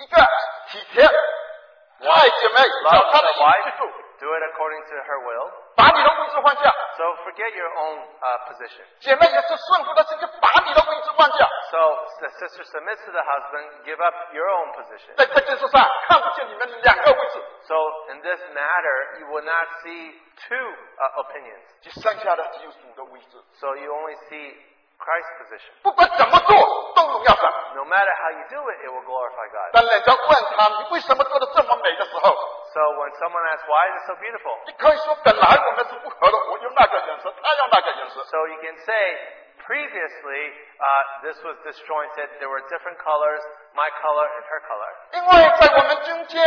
Speaker 1: 一个体贴爱姐妹，
Speaker 2: love
Speaker 1: 照她的
Speaker 2: the
Speaker 1: 意
Speaker 2: wife,
Speaker 1: 思去做，
Speaker 2: do it according to her will.
Speaker 1: 把你的位置放下。
Speaker 2: So, forget your own uh, position.
Speaker 1: 姐妹也是顺服的，是就把你的位置放下。
Speaker 2: So, the sister submits to the husband, give up your own position.
Speaker 1: 在这件事上，看不见你们两个位置，
Speaker 2: So, in this matter, you will not see two uh, opinions.
Speaker 1: 就剩下的只有主的位置。
Speaker 2: So, you only see Christ's position.
Speaker 1: 不管怎么做，都荣耀神。
Speaker 2: No matter how you do it, it will glorify God.
Speaker 1: 当人家问他你为什么做的这么美的时候，
Speaker 2: So when someone asks, why is it so beautiful?
Speaker 1: 你可以说，本来我们是不合的，我用那个颜色，他用那个颜色。
Speaker 2: so you can say, previously, uh, this was disjointed. There were different colors, my color and her color.
Speaker 1: 因为在我们中间，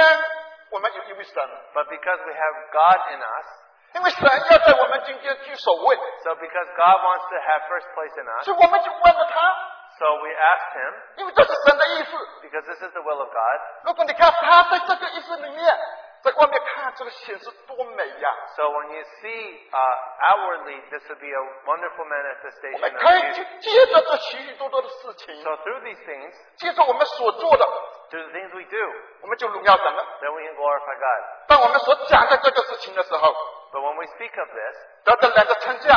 Speaker 1: 我们有一位神，
Speaker 2: But because we have God in us,
Speaker 1: 因为神要在我们中间居首位，
Speaker 2: so because God wants to have first place in us,
Speaker 1: 所以我们就问了他，
Speaker 2: so we asked Him,
Speaker 1: 因为这是神的意思。
Speaker 2: because this is the will of God.
Speaker 1: 如果你看他在这个意思里面，在外面看这个显示多美呀、
Speaker 2: So when you see uh, outwardly, this would be a wonderful
Speaker 1: 我
Speaker 2: manifestation
Speaker 1: 们
Speaker 2: of
Speaker 1: 可以
Speaker 2: you.
Speaker 1: 去接着这许许多多的事
Speaker 2: So
Speaker 1: 情，
Speaker 2: through these things,
Speaker 1: 接着我们所做的，
Speaker 2: through the things we do,
Speaker 1: 我们就荣耀神了。
Speaker 2: then we can glorify God.
Speaker 1: 当我们所讲的这个事情的时候，
Speaker 2: But when we speak of this,
Speaker 1: 得到人的称赞，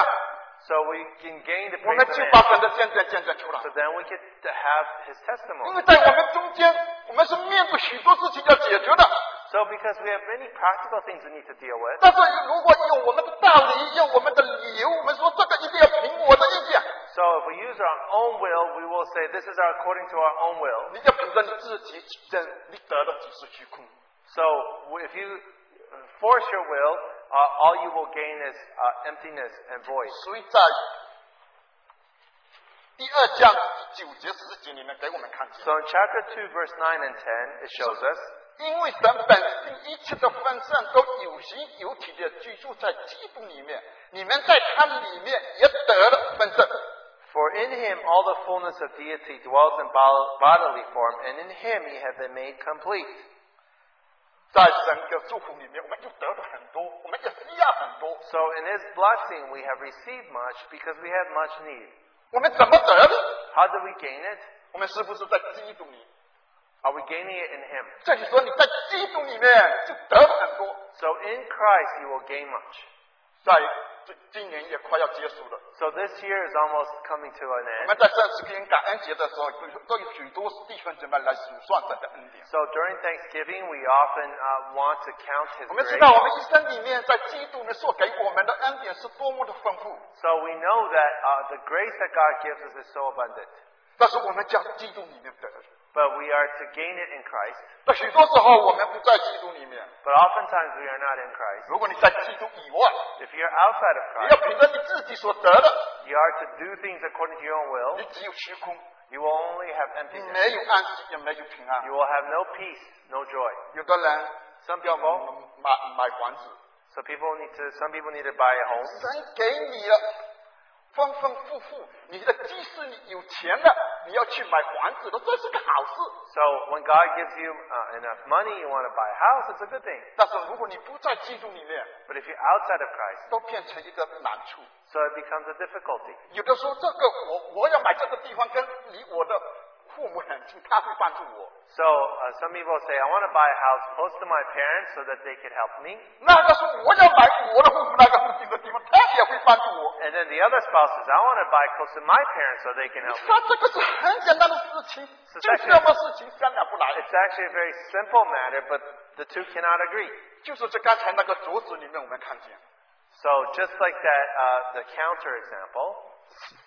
Speaker 2: so we can gain the
Speaker 1: 我
Speaker 2: praise
Speaker 1: 们
Speaker 2: of
Speaker 1: 就
Speaker 2: man,
Speaker 1: 把神的见证见证出来
Speaker 2: so。then we could have His
Speaker 1: 因为
Speaker 2: testimony.
Speaker 1: 在我们中间，我们是面对许多事情要解决的，
Speaker 2: So because we have many practical things we need to deal with,
Speaker 1: 但是如果有我们的道理，有我们的理由，我们说这个一定要凭我的意见，
Speaker 2: so if we use our own will, we will say this is our according to our own will.
Speaker 1: 你要凭着你自己真，你得了只是虚空。
Speaker 2: So if you force your will, uh, all you will gain is uh, emptiness and void.
Speaker 1: 所以在第二章第九节十节里面给我们看见
Speaker 2: So，in chapter 2, verse 9 and 10, it shows us
Speaker 1: 因为神本性一切的分散都有形有体的居住在基督里面，你们在他里面也得了分散。
Speaker 2: For in him all the fullness of deity dwells in bo- bodily form, and in him ye have been made complete.
Speaker 1: 在神的祝福里面，我们就得了很多，我们也需要很多。
Speaker 2: So in his blessing we have received much because we had much need.
Speaker 1: 我们怎么得的？
Speaker 2: How do we gain it?
Speaker 1: 我们是不是在基督里？
Speaker 2: Are we gaining it in him?
Speaker 1: 这里说你在基督里面就得了很多。
Speaker 2: So in Christ you will gain much.
Speaker 1: 在这今年也快要结束了，
Speaker 2: So this year is almost coming to an
Speaker 1: 我
Speaker 2: end.
Speaker 1: 们在圣十篇感恩节的时候，都有都有许多弟兄姐妹来数算神的恩典。
Speaker 2: So during Thanksgiving we often uh, want to count his
Speaker 1: 我们知
Speaker 2: grace.
Speaker 1: 道我们一生里面在基督里所给我们的恩典是多么的丰富，
Speaker 2: So we know that uh, the grace that God gives us is so abundant.
Speaker 1: 但是我们将基督里面得。
Speaker 2: But we are to gain it in Christ.
Speaker 1: 那许多时候我们不在基督里面，
Speaker 2: But oftentimes we are not in Christ.
Speaker 1: 如果你在基督以外，
Speaker 2: If you're outside of
Speaker 1: 你
Speaker 2: Christ,
Speaker 1: 要凭着你自己所得的，
Speaker 2: you are to do things according to your own will.
Speaker 1: 你只有虚空，
Speaker 2: You will only have
Speaker 1: 你
Speaker 2: emptiness.
Speaker 1: 没有安息，也没有平安
Speaker 2: You。will have no peace, no joy.
Speaker 1: 有的人
Speaker 2: Some
Speaker 1: 要
Speaker 2: people,
Speaker 1: 嗯买买房子，
Speaker 2: so people need to, some people need to buy a home.
Speaker 1: 神给你了丰丰富富，你的即使你有钱了，你要去买房子了，这是个好事。
Speaker 2: So when God gives you uh, enough money, you want to buy a house, it's a good thing.
Speaker 1: 但是如果你不在基督里面，
Speaker 2: But if you're outside of Christ,
Speaker 1: 都变成一个难处。
Speaker 2: so it becomes a difficulty.
Speaker 1: 有的时候，这个我我要买这个地方，跟离我的父母很近，他会帮助我。
Speaker 2: So uh, some people say, I want to buy a house close to my parents so that they could help me.
Speaker 1: 那个时候，我要买我的父母那个附近的地方，他也会帮助我。
Speaker 2: And then the other spouse says, I want to buy close to my parents so they can
Speaker 1: 你
Speaker 2: help me.
Speaker 1: 看，这个是很简单的事情，
Speaker 2: 是
Speaker 1: 就这么事情商量不来。
Speaker 2: It's actually a very simple matter, but the two cannot agree.
Speaker 1: 就是这刚才那个桌子里面，我们看见，
Speaker 2: So just like that, uh, the counter example.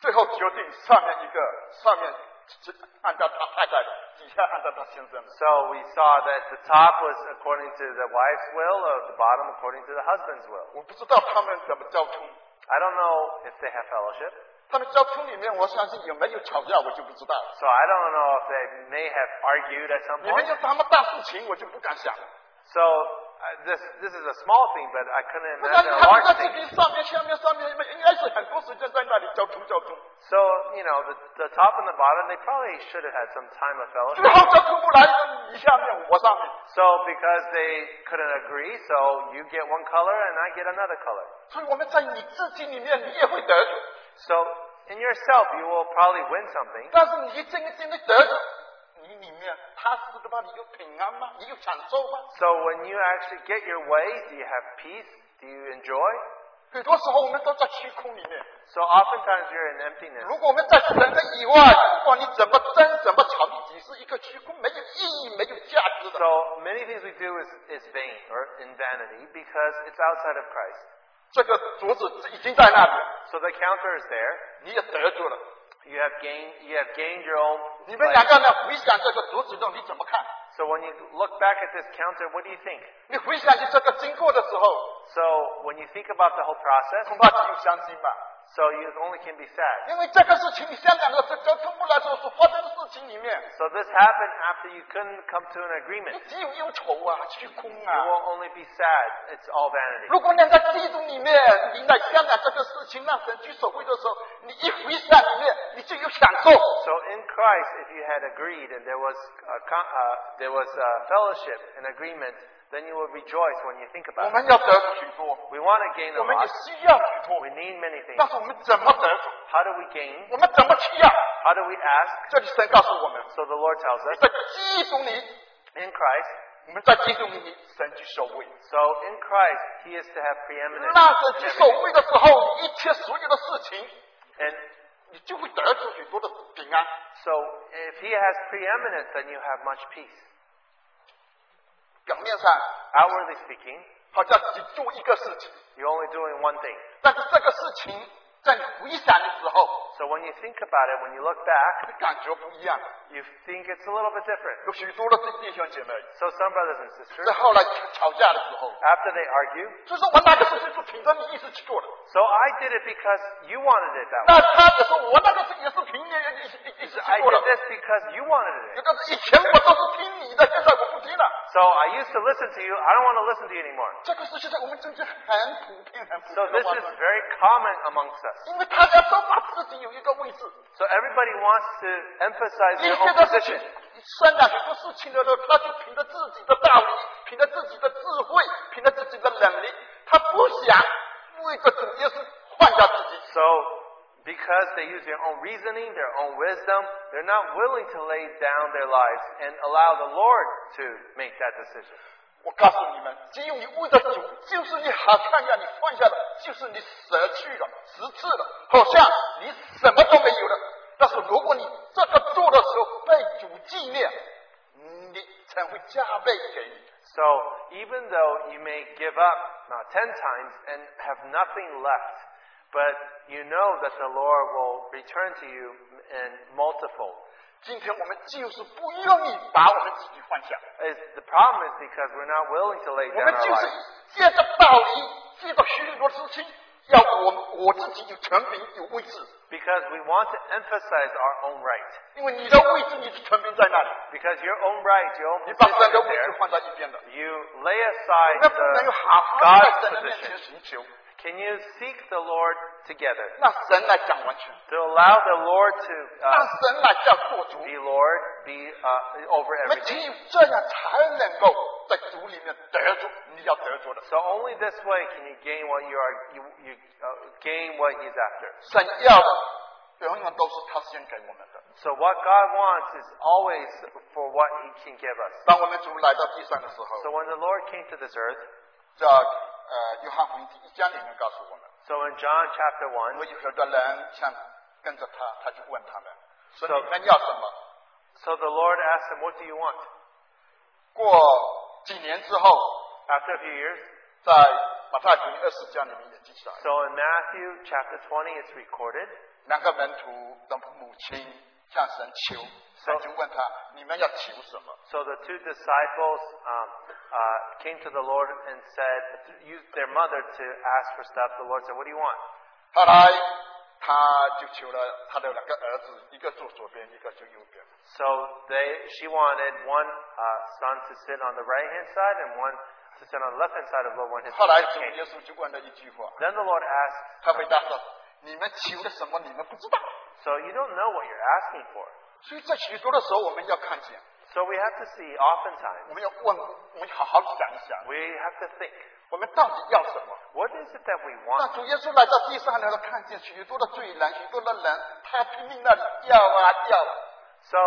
Speaker 1: 最后决定上面一个，上面是按照他太太的，底下按照他先生的。
Speaker 2: So we saw that the top was according to the wife's will, or the bottom according to the husband's will.
Speaker 1: 我不知道他们怎么交通，
Speaker 2: I don't know if they have fellowship,
Speaker 1: 他们交通里面，我相信有没有吵架，我就不知道了。
Speaker 2: so I don't know if they may have argued at some
Speaker 1: 你们
Speaker 2: point.
Speaker 1: 有他们大事情，我就不敢想了。
Speaker 2: So uh, this this is a small thing, but I couldn't
Speaker 1: 不然
Speaker 2: imagine a
Speaker 1: 他们
Speaker 2: large
Speaker 1: 在这
Speaker 2: thing.
Speaker 1: 边上面、下面、上面，应该是很多时间在那里交通交通，
Speaker 2: So you know, the, the top and the bottom, they probably should have had some time of
Speaker 1: 最
Speaker 2: fellowship.
Speaker 1: 后交通不来，你下面我上面，
Speaker 2: So because they couldn't agree, so you get one color and I get another color.
Speaker 1: 所以我们在你自己里面，你也会得着，
Speaker 2: So in yourself, you will probably win something.
Speaker 1: 但是你一真一真的得着，你里面踏实的话，你有平安吗？你有享受吗？
Speaker 2: So when you actually get your way, do you have peace? Do you enjoy?
Speaker 1: 很多时候我们都在虚空里面。
Speaker 2: So oftentimes you're in emptiness.
Speaker 1: 如果我们在神的以外，不管你怎么争、怎么吵，你只是一个虚空，没有意义、没有价值的
Speaker 2: So。many things we do is, is vain or in vanity because it's outside of Christ.
Speaker 1: 这个竹子已经在那里，
Speaker 2: So the counter is there.
Speaker 1: 你也得着了。
Speaker 2: You have gained you have gained your own.
Speaker 1: 你们两
Speaker 2: pleasure.
Speaker 1: 个呢？回想这个竹子中，你怎么看？
Speaker 2: So when you look back at this counter, what do you think?
Speaker 1: 你回想起这个经过的时候，
Speaker 2: So when you think about the whole process,
Speaker 1: 恐怕只有伤心吧。
Speaker 2: So you only can be sad.
Speaker 1: 因为这个事情，你香港的这交通部来说所发生的事情里面，
Speaker 2: So this happened after you couldn't come to an
Speaker 1: 你
Speaker 2: agreement.
Speaker 1: 只有忧愁啊、虚空
Speaker 2: You
Speaker 1: 啊。
Speaker 2: will only be sad. It's all vanity.
Speaker 1: 如果你在基督里面，你在香港这个事情让神去守卫的时候，你一回想里面，你就有享受。
Speaker 2: So in Christ, if you had agreed and there was a, co- uh, there was a fellowship and agreement, then you will rejoice when you think
Speaker 1: 我
Speaker 2: about it.
Speaker 1: 们要得着许多，
Speaker 2: We want to gain a
Speaker 1: 我们也
Speaker 2: lot.
Speaker 1: 需要许多
Speaker 2: We，need many
Speaker 1: 但
Speaker 2: things.
Speaker 1: 是我们怎么得着？
Speaker 2: How do we gain?
Speaker 1: 我们怎么去要？啊
Speaker 2: How do we ask?
Speaker 1: 这里神告诉我们，
Speaker 2: So the Lord tells us
Speaker 1: 在基督里，
Speaker 2: in Christ.
Speaker 1: 我们在基督里，神去守卫。
Speaker 2: So in Christ, He is to have preeminence.
Speaker 1: 那神
Speaker 2: in
Speaker 1: 去守
Speaker 2: everything.
Speaker 1: 卫的时候，你一切所有的事情，
Speaker 2: And
Speaker 1: 你就会得出许多的平安。
Speaker 2: so if He has preeminence, then you have much peace.
Speaker 1: 表面上
Speaker 2: Outwardly speaking,
Speaker 1: 好像只做一个事情，
Speaker 2: you're only doing one thing.
Speaker 1: 但是这个事情在你回想的时候，
Speaker 2: So when you think about it, when you look back,
Speaker 1: 你感觉不一样。
Speaker 2: you think it's a little bit different.
Speaker 1: 有许多的弟弟兄姐妹
Speaker 2: So some brothers and sisters,
Speaker 1: 在后来吵架的时候，
Speaker 2: after they argue,
Speaker 1: 就说我那个事情是凭着你意思去做的，
Speaker 2: so I did it because you wanted it that way.
Speaker 1: 那他也说我那个事也是凭你意思意思
Speaker 2: I
Speaker 1: 去做
Speaker 2: did
Speaker 1: 的。
Speaker 2: this because you wanted it.
Speaker 1: 有个是以前我都是听你的，现在我不听了。
Speaker 2: So I used to listen to you. I don't want to listen to you anymore.
Speaker 1: 这个事情在我们中间很普遍，很普
Speaker 2: So
Speaker 1: 遍
Speaker 2: this
Speaker 1: 的发生。
Speaker 2: is very common amongst us.
Speaker 1: 因为大家都把自己有一个位置，
Speaker 2: So everybody wants to emphasize
Speaker 1: 一
Speaker 2: their own
Speaker 1: 切的事情，
Speaker 2: position.
Speaker 1: 生长很多事情的时候，他就凭着自己的道理，凭着自己的智慧，凭着自己的能力，他不想为这主耶稣换掉自己。
Speaker 2: So because they use their own reasoning, their own wisdom, they're not willing to lay down their lives and allow the Lord to make that decision.
Speaker 1: 我告诉你们，只有你为了主，就是你好看呀，你放下了，就是你舍去了、失去了，好像你什么都没有了。但是如果你这个做的时候被主纪念，你才会加倍给你。
Speaker 2: So even though you may give up uh, ten times and have nothing left, but you know that the Lord will return to you in multiple.
Speaker 1: 今天我们就是不愿意把我们自己放下，
Speaker 2: Is the problem is because we're not willing to lay
Speaker 1: 我
Speaker 2: down
Speaker 1: 们
Speaker 2: our
Speaker 1: 就是
Speaker 2: lives.
Speaker 1: 借着道理，借着许多事情，要我我自己有权柄、有位置，
Speaker 2: Because we want to emphasize our own right.
Speaker 1: 因为你的位置、你的权柄在那里，
Speaker 2: Because your own right, your own
Speaker 1: 你把神
Speaker 2: position
Speaker 1: 的
Speaker 2: is
Speaker 1: 位
Speaker 2: there.
Speaker 1: 置放在一边的。
Speaker 2: You lay aside
Speaker 1: 那
Speaker 2: the
Speaker 1: 不能有好好地
Speaker 2: God's
Speaker 1: 在神的面
Speaker 2: position.
Speaker 1: 前寻求，
Speaker 2: Can you seek the Lord together
Speaker 1: 让神来掌完全，呃
Speaker 2: to allow the Lord to
Speaker 1: 让
Speaker 2: uh,
Speaker 1: 神来叫做主。
Speaker 2: be Lord, be uh, over
Speaker 1: 我们只
Speaker 2: everything?
Speaker 1: 有这样才能够在主里面得着你要得着的。
Speaker 2: So only this way can you gain what you are you, you uh, gain what He's after.
Speaker 1: 神要的永远都是他先给我们的。
Speaker 2: So what God wants is always for what He can give us.
Speaker 1: 当我们主来到地上的时候，
Speaker 2: So when the Lord came to this earth,
Speaker 1: 在呃约翰福音第一章里面告诉我们，
Speaker 2: so in John chapter 1,
Speaker 1: 我有很多人像跟着他，他就问他们说
Speaker 2: So-
Speaker 1: 你们要什么？
Speaker 2: so the Lord asked him, "What do you want?"
Speaker 1: 过几年之后，
Speaker 2: After a few years,
Speaker 1: 在马太福音二十章里面也记载，
Speaker 2: so in Matthew chapter 20, it's recorded.
Speaker 1: 两个门徒的母亲向神求，神就问他你们要求什么？
Speaker 2: So the two disciples um, uh, came to the Lord and said, used their mother to ask for stuff. The Lord said, "What do you want?"
Speaker 1: 后来他就求了他的两个儿子，一个坐左边，一个坐右边。
Speaker 2: So they, she wanted one uh, son to sit on the right hand side and one to sit on the left hand side of the Lord when his
Speaker 1: 后来
Speaker 2: father
Speaker 1: 主
Speaker 2: came.
Speaker 1: 耶稣就问了一句话，
Speaker 2: Then the Lord asked,
Speaker 1: 他回答说：你们求的什么？你们不知道。
Speaker 2: "So you don't know what you're asking for."
Speaker 1: 所以在许多的时候，我们要看见，
Speaker 2: So we have to see. Oftentimes,
Speaker 1: 我们要问，我们好好想一想，
Speaker 2: we have to think,
Speaker 1: 我们到底要什么？
Speaker 2: what is it that we
Speaker 1: 那
Speaker 2: want?
Speaker 1: 主耶稣来到地上来了，看见许多的罪人，许多的人，他拼命那里要啊要啊。
Speaker 2: So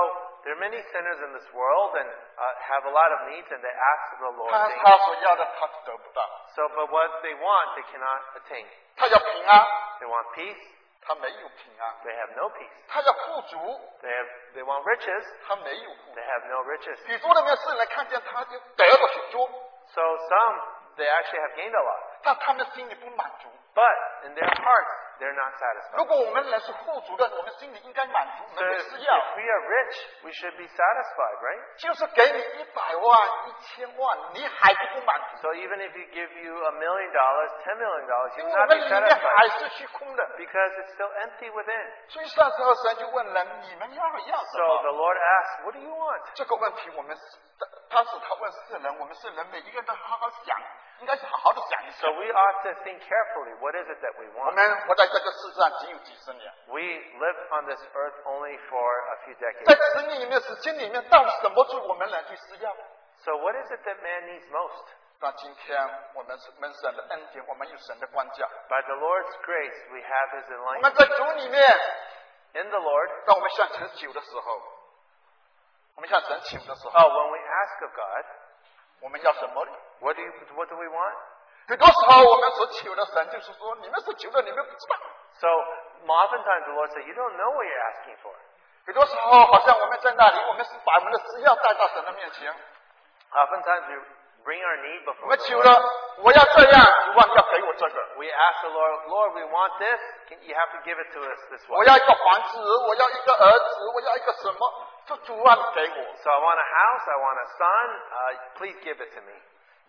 Speaker 2: there are many sinners in this world and uh, have a lot of needs, and they ask the Lord
Speaker 1: 他
Speaker 2: things.
Speaker 1: 他所要的他得不到，
Speaker 2: So, but what they want, they cannot attain.
Speaker 1: 他要平安，
Speaker 2: They want peace,
Speaker 1: 他没有平安；
Speaker 2: they have no peace.
Speaker 1: 他要富足，
Speaker 2: They have, they want riches,
Speaker 1: 他没有富足。
Speaker 2: they have no riches.
Speaker 1: 许多的面世人看见他就得了许多，
Speaker 2: So some, they actually have gained a lot.
Speaker 1: 但他们心里不满足。
Speaker 2: But in their hearts, they're not
Speaker 1: 如
Speaker 2: satisfied.
Speaker 1: 果我们人是富足的，我们心里应该满足，我
Speaker 2: So
Speaker 1: 们
Speaker 2: if,
Speaker 1: 不是
Speaker 2: if
Speaker 1: 要，
Speaker 2: we are rich, we should be satisfied, right?
Speaker 1: 就是给你一百万、一千万，你还是不满足，
Speaker 2: So even if he give you a million dollars, ten million dollars,
Speaker 1: 因
Speaker 2: you
Speaker 1: 为
Speaker 2: will
Speaker 1: 我们
Speaker 2: not be
Speaker 1: 里面
Speaker 2: satisfied
Speaker 1: 还是虚空的。
Speaker 2: because it's still empty within.
Speaker 1: 所以上时候神就问人：你们要要什
Speaker 2: So
Speaker 1: 么？
Speaker 2: the Lord asks, what do you want?
Speaker 1: 这个问题我们是当时他问世人，我们是人，每一个人都好好想，应该是好好的想一
Speaker 2: So
Speaker 1: 想。
Speaker 2: we ought to think carefully. What is it that we
Speaker 1: 我
Speaker 2: want?
Speaker 1: 们活在这个世上仅有几十年，
Speaker 2: We lived on this earth only for a few
Speaker 1: 在
Speaker 2: decades.
Speaker 1: 十年里面、时间里面，到底什么是我们人去需要的？
Speaker 2: So what is it that man needs most?
Speaker 1: 那今天我们是我们神的恩典，我们有神的关照，
Speaker 2: By the Lord's grace, we have His
Speaker 1: 我们
Speaker 2: enlightenment.
Speaker 1: 在主里面，
Speaker 2: In the Lord,
Speaker 1: 当我们向神求的时候，我们向神求的时候，
Speaker 2: oh, when we ask of God,
Speaker 1: 我们要什么？
Speaker 2: what do you, what do we want?
Speaker 1: 很多时候我们所求的神就是说，你们所求的你们不知道。
Speaker 2: So oftentimes the Lord says, you don't know what you're asking for.
Speaker 1: 很多时候好像我们在那里，我们是把我们的需要带到神的面前。
Speaker 2: Oftentimes we bring our need
Speaker 1: 我
Speaker 2: before
Speaker 1: 们
Speaker 2: the
Speaker 1: 求
Speaker 2: Lord.
Speaker 1: 了，我要这样，主啊，你要给我这个；
Speaker 2: We ask the Lord, Lord, we want this. Can, you have to give it to us this
Speaker 1: 我
Speaker 2: way.
Speaker 1: 要一个房子，我要一个儿子，我要一个什么？说主啊，你给我。
Speaker 2: So I want a house. I want a son. Uh, please give it to me.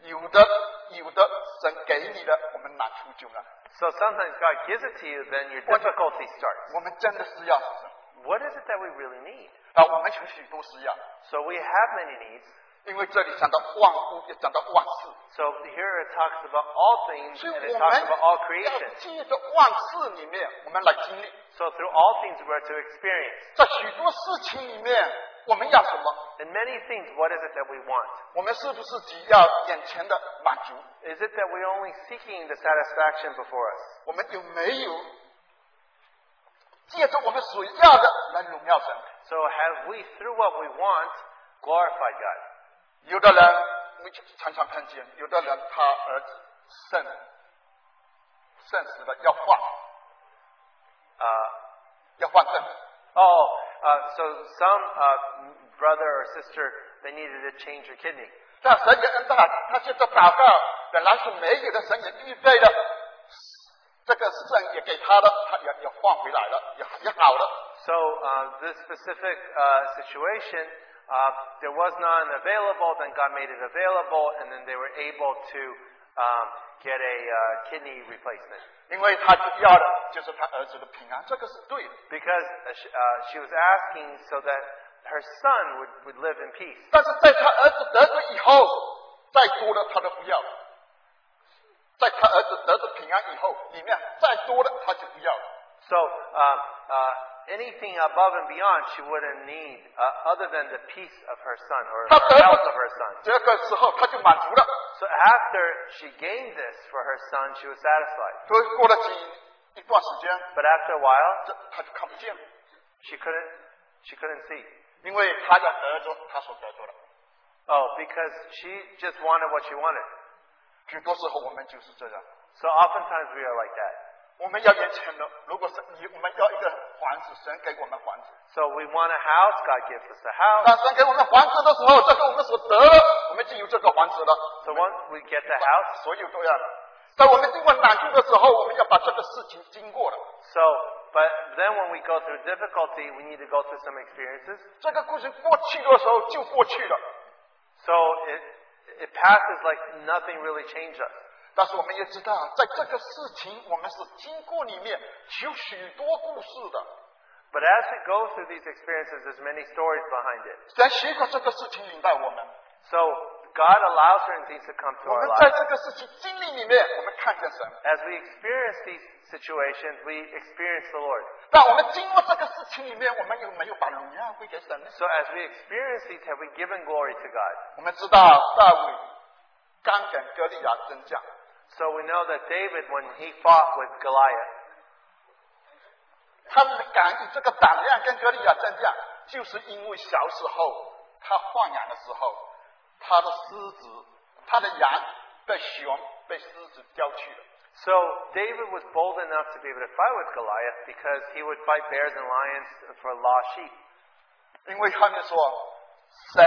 Speaker 1: 有的，有的，神给你的，我们拿出就来。
Speaker 2: So sometimes God gives it to you, then your
Speaker 1: What-
Speaker 2: difficulty starts.
Speaker 1: 我们真的是要神，
Speaker 2: What is it that we really need?
Speaker 1: 啊，我们有许多是要，
Speaker 2: So we have many needs.
Speaker 1: 因为这里讲到万物，也讲到万事，
Speaker 2: So here it talks about all things
Speaker 1: 所以我
Speaker 2: and it
Speaker 1: 们哦
Speaker 2: talks about
Speaker 1: 要
Speaker 2: all creation.
Speaker 1: 记得万事里面，我们来经历，
Speaker 2: So through all things we are to experience.
Speaker 1: 在许多事情里面，我们要什么？
Speaker 2: In many things, what is it that we want?
Speaker 1: 我们是不是只要眼前的满足？
Speaker 2: Is it that we're only seeking the satisfaction before us?
Speaker 1: 我们有没有借着我们所要的来荣耀神？
Speaker 2: So have we, through what we want, glorified God?
Speaker 1: 有的人我们常常看见，有的人他儿子肾肾死了要换，
Speaker 2: Uh,
Speaker 1: 要换肾，
Speaker 2: oh, uh, so some uh, brother or sister, they needed to change their kidney.
Speaker 1: 但神也恩待他现在祷告本来是没有的，神也预备了，这个肾也给他了，他也也换回来了，也也好了。
Speaker 2: So uh, this specific uh, situation, uh, there was none available. Then God made it available, and then they were able to um, get a uh, kidney replacement
Speaker 1: 因为他要的就是他儿子的平安，这个是对的。
Speaker 2: because uh, she, uh, she was asking so that her son would, would live in peace.
Speaker 1: 但是在他儿子得罪以后，再多的他都不要了。在他儿子得着平安以后，里面再多的他就不要了。
Speaker 2: So um, uh, anything above and beyond, she wouldn't need uh, other than the peace of her son or
Speaker 1: 他
Speaker 2: the
Speaker 1: 得
Speaker 2: health of
Speaker 1: 着
Speaker 2: her son.
Speaker 1: 这个时候他就满足了。
Speaker 2: So after she gained this for her son, she was satisfied.
Speaker 1: 所以过了几一段时间，
Speaker 2: But after a while,
Speaker 1: 这他就看不见了，
Speaker 2: she couldn't. She couldn't see.
Speaker 1: 因为他要得着他所得着的。
Speaker 2: Oh, because she just wanted what she wanted.
Speaker 1: 许多时候我们就是这样，
Speaker 2: So oftentimes we are like that.
Speaker 1: 我们要眼前的，如果是你，我们要一个房子，神给我们房子。
Speaker 2: So we want a house, God gives us a house.
Speaker 1: 当神给我们房子的时候，这是我们所得的，我们就有这个房子了。
Speaker 2: So once we get the house,
Speaker 1: 所有都要的。在我们经过难处的时候，我们要把这个事情经过了。
Speaker 2: so but then when we go through difficulty, we need to go through some experiences.
Speaker 1: 这个故事过去的时候就过去了，
Speaker 2: So it it passes like nothing really changed us.
Speaker 1: 但是我们也知道，在这个事情我们是经过里面有许多故事的。
Speaker 2: But as we go through these experiences, there's many stories behind it.
Speaker 1: 神许可这个事情引导我们，
Speaker 2: So God allows certain things to come to
Speaker 1: 我
Speaker 2: our
Speaker 1: 们在
Speaker 2: lives.
Speaker 1: 这个事情经历里面，我们看见神；
Speaker 2: As we experience these situations, we experience the Lord.
Speaker 1: 但我们经过这个事情里面，我们有没有把荣耀归给神呢？
Speaker 2: So as we experience these, have we given glory to God?
Speaker 1: 我们知道大卫刚跟歌利亚争战，
Speaker 2: So we know that David, when he fought with Goliath,
Speaker 1: 他们敢有这个胆量跟格利亚争战，就是因为小时候他放羊的时候，他的狮子、他的羊被熊、被狮子叼去了。
Speaker 2: so David was bold enough to be able to fight with Goliath because he would fight bears and lions for lost sheep.
Speaker 1: 因为他们说，神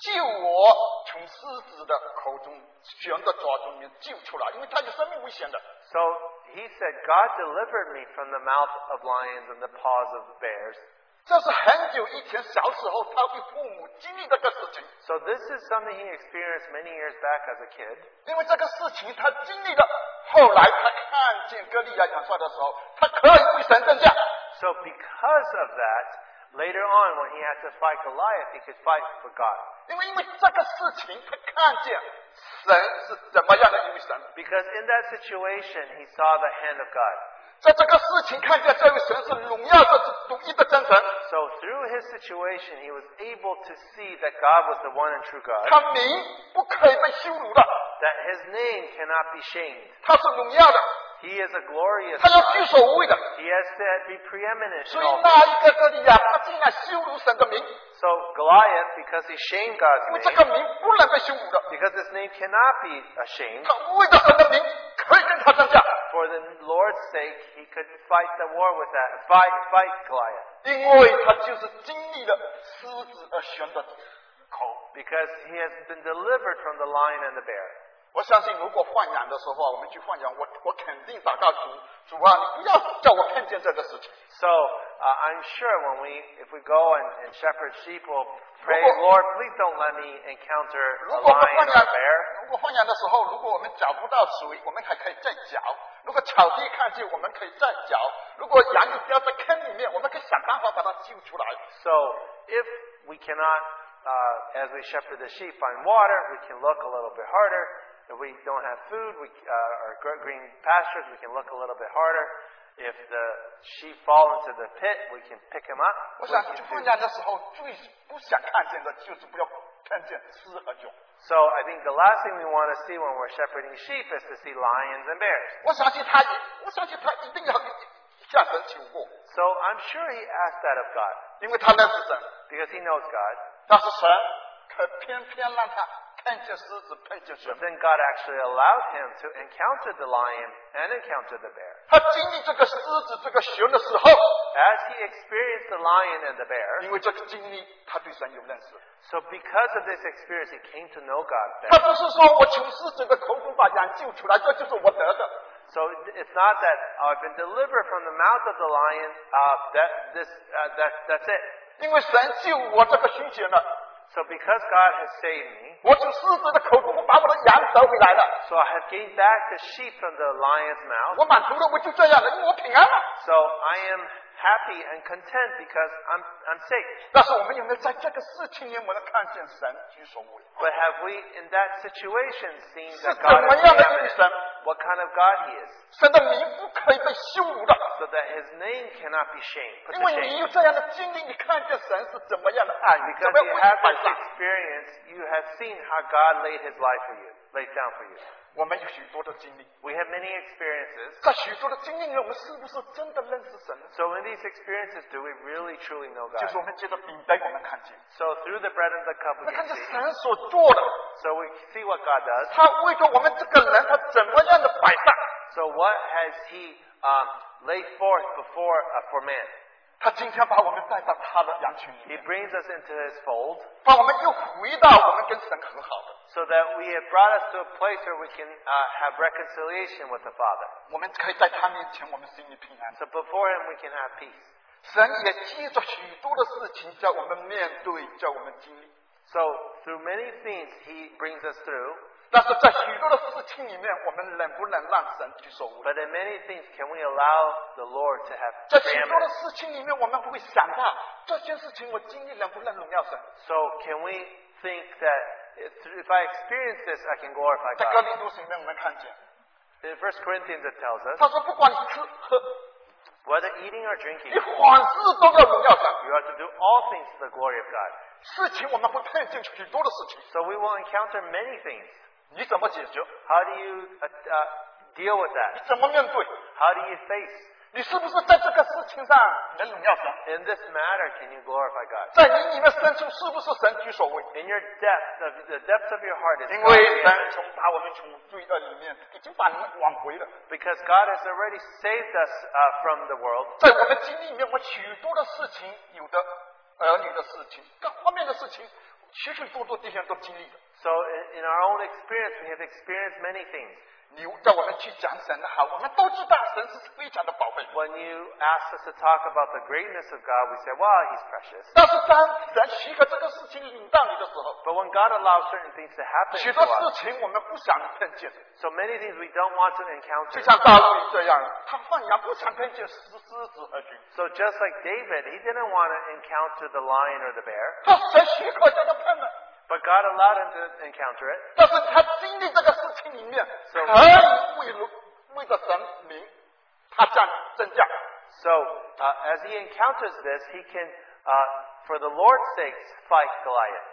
Speaker 1: 救我从狮子的口中、熊的爪中面救出来，因为他有生命危险的。
Speaker 2: So he said, God delivered me from the mouth of lions and the paws of bears.
Speaker 1: 这是很久以前小时候他为父母经历的个事情，
Speaker 2: So this is something he experienced many years back as a kid.
Speaker 1: 因为这个事情他经历了。后来他看见哥利亚元帅的时候，他可以为神征战。
Speaker 2: So because of that, later on when he had to fight Goliath, he could fight for God.
Speaker 1: 因为因为这个事情，他看见神是怎么样的一位神，
Speaker 2: Because in that situation, he saw the hand of God.
Speaker 1: 在这个事情看见这位神是荣耀的、是独一的真神，
Speaker 2: So through his situation, he was able to see that God was the one and true God,
Speaker 1: 他名不可以被羞辱的，
Speaker 2: that his name cannot be shamed.
Speaker 1: 他是荣耀的，
Speaker 2: He is a glorious
Speaker 1: 他
Speaker 2: God.
Speaker 1: 要居首位的。
Speaker 2: He has to be preeminent in
Speaker 1: 所以
Speaker 2: all
Speaker 1: 那
Speaker 2: things.
Speaker 1: 一个哥利亚，他竟然羞辱神的名，因
Speaker 2: So Goliath, because he shamed God's
Speaker 1: 为这
Speaker 2: name,
Speaker 1: 个名不能被羞辱的，
Speaker 2: because his name cannot be ashamed,
Speaker 1: 他为着神的名可以跟他争战，
Speaker 2: for the Lord's sake, he could fight the war with that, fight, fight Goliath,
Speaker 1: 因为他就是经历了狮子和熊的口。
Speaker 2: because he has been delivered from the lion and the bear.
Speaker 1: 我相信，如果放羊的时候啊，我们去放羊，我我肯定祷告主，主啊，你不要叫我看见这个事情。
Speaker 2: So uh, I'm sure when we, if we go and, and shepherd sheep, we'll pray,
Speaker 1: Luego-
Speaker 2: Lord, please don't let me encounter
Speaker 1: 如
Speaker 2: a
Speaker 1: 果我们
Speaker 2: lion
Speaker 1: 放
Speaker 2: or
Speaker 1: 羊
Speaker 2: a bear.，
Speaker 1: 如果放羊的时候，如果我们找不到水，我们还可以再搅；如果草地看见，我们可以再搅；如果羊又掉在坑里面，我们可以想办法把它救出来。
Speaker 2: So if we cannot, uh, as we shepherd the sheep, find water, we can look a little bit harder. If we don't have food, we, uh, or gr- green pastures, we can look a little bit harder. If the sheep fall into the pit, we can pick them up.
Speaker 1: 我
Speaker 2: We
Speaker 1: 想
Speaker 2: can
Speaker 1: 去
Speaker 2: do-
Speaker 1: 放羊的时候，最不想看见的就是不要看见狮和熊。
Speaker 2: So I think the last thing we want to see when we're shepherding sheep is to see lions and bears.
Speaker 1: 我相信他也，我相信他一定要向神求过，
Speaker 2: So I'm sure he asked that of God
Speaker 1: 因为他认识神。
Speaker 2: because he knows God.
Speaker 1: 但是神可偏偏让他看见狮子，看见熊
Speaker 2: But。then God actually allowed him to encounter the lion and encounter the bear.
Speaker 1: 他经历这个狮子、这个熊的时候，
Speaker 2: As he experienced the lion and the bear,
Speaker 1: 因为这个经历，他对神有认识。
Speaker 2: So because of this experience, he came to know God
Speaker 1: 他
Speaker 2: better.
Speaker 1: 不是说我从狮子的口中把羊救出来，这就是我得的。
Speaker 2: So it's not that oh, I've been delivered from the mouth of the lion. Uh, that this uh, that that's it.
Speaker 1: 因为神救我这个虚血了，
Speaker 2: So because God has saved me,
Speaker 1: 我从狮子的口中把我的羊得回来了，
Speaker 2: so I have gained back the sheep from the lion's mouth.
Speaker 1: 我满足了，我就这样了，因为我平安了。
Speaker 2: So I am happy and content because I'm I'm safe.
Speaker 1: 但是我们有没有在这个事情里，我们看见神居首位？
Speaker 2: But have we in that situation seen that
Speaker 1: Sister,
Speaker 2: God is
Speaker 1: mañana
Speaker 2: preeminent?
Speaker 1: dicen.
Speaker 2: What kind of God He is?
Speaker 1: 神的名不可以被羞辱的，
Speaker 2: So that His name cannot be shamed. Put
Speaker 1: 因
Speaker 2: to
Speaker 1: 为
Speaker 2: shame.
Speaker 1: 你有这样的经历，你看见神是怎么样的爱哎你，怎
Speaker 2: Because
Speaker 1: 么样
Speaker 2: you
Speaker 1: 为你
Speaker 2: have this
Speaker 1: 摆上。
Speaker 2: experience, you have seen how God laid His life for you, laid down for you.
Speaker 1: 我们有许多的经历，
Speaker 2: We have many experiences.
Speaker 1: 在许多的经历里，我们是不是啊真的认识神呢？
Speaker 2: So in these experiences, do we really truly know
Speaker 1: 就是我
Speaker 2: God?
Speaker 1: 们借着饼杯，我们看见，
Speaker 2: So through the bread and the cup,
Speaker 1: 我
Speaker 2: we
Speaker 1: 们
Speaker 2: can
Speaker 1: 看见
Speaker 2: see.
Speaker 1: 神所做的，
Speaker 2: So we see what God does.
Speaker 1: 他为了我们这个人，他怎么样的摆上，
Speaker 2: So what has He um, laid forth before uh, for man?
Speaker 1: 他今天把我们带到他的羊群里
Speaker 2: He
Speaker 1: 面，
Speaker 2: brings us into His fold,
Speaker 1: 把我们又回到我们跟神和好的，
Speaker 2: so that we have brought us to a place where we can uh, have reconciliation with the Father.
Speaker 1: 我们可以在他面前，我们心里平安。
Speaker 2: So before Him, we can have peace.
Speaker 1: 神也借着许多的事情叫我们面对，叫我们经历。
Speaker 2: So through many things, He brings us through.
Speaker 1: 但是在许多的事情里面，我们能不能让神去手为？
Speaker 2: But in many things, can we allow the Lord to have
Speaker 1: 在许多的
Speaker 2: preeminence?
Speaker 1: 事情里面，我们不会想到这件事情我经历能不能荣耀神？
Speaker 2: So can we think that if if I experience this, I can glorify
Speaker 1: 在哥
Speaker 2: God?
Speaker 1: 林多书里面，我们看见，
Speaker 2: In 1 Corinthians, it tells us
Speaker 1: 他说不管你吃喝，
Speaker 2: whether eating or drinking,
Speaker 1: 你凡事都要荣耀神。
Speaker 2: you are to do all things to the glory of God.
Speaker 1: 事情我们会碰见许多的事情，
Speaker 2: So we will encounter many things.
Speaker 1: 你怎么解决？
Speaker 2: How do you uh, uh, deal with that?
Speaker 1: 你怎么面对？
Speaker 2: How do you face?
Speaker 1: 你是不是在这个事情上能荣耀神？
Speaker 2: In this matter, can you glorify God?
Speaker 1: 在你里面深处是不是神居首位？
Speaker 2: In your depth, of, the depths of your heart is
Speaker 1: 因
Speaker 2: God
Speaker 1: 为
Speaker 2: preeminent.
Speaker 1: 神从把我们从罪恶里面已经把你们挽回了，
Speaker 2: because God has already saved us uh, from the world.
Speaker 1: 在我们经历里面，我们许多的事情，有的儿女的事情，各方面的事情，许许多多弟兄都经历了。
Speaker 2: So in, in our own experience, we have experienced many things.
Speaker 1: 你让我们去讲神的好，我们都知道神是非常的宝贝。
Speaker 2: When you asked us to talk about the greatness of God, we said, "Wow, He's precious."
Speaker 1: 但是当神许可这个事情领到你的时候，
Speaker 2: But when God allows certain things to happen
Speaker 1: 许
Speaker 2: to
Speaker 1: 多事
Speaker 2: us,
Speaker 1: 情我们不想看见，
Speaker 2: so many things we don't want to
Speaker 1: 就
Speaker 2: encounter.
Speaker 1: 像大卫这样，他放羊不想看见狮狮子和熊。
Speaker 2: So just like David, he didn't want to encounter the lion or the bear,
Speaker 1: 他神许可这个判断，
Speaker 2: but God allowed him to encounter it.
Speaker 1: 但是他经历这个事情里面，
Speaker 2: 是
Speaker 1: 可以为了为了神明，他降增价。
Speaker 2: So uh, as he encounters this, he can, uh, for the Lord's sake, fight Goliath.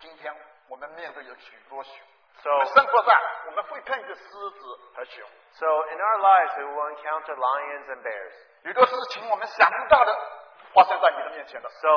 Speaker 1: 今天我们面对有许多熊，
Speaker 2: So,
Speaker 1: 我们生活上我们会看见狮子和熊，
Speaker 2: so in our lives, we will encounter lions and bears.
Speaker 1: 许多事情我们想不到的发生在你的面前了。
Speaker 2: So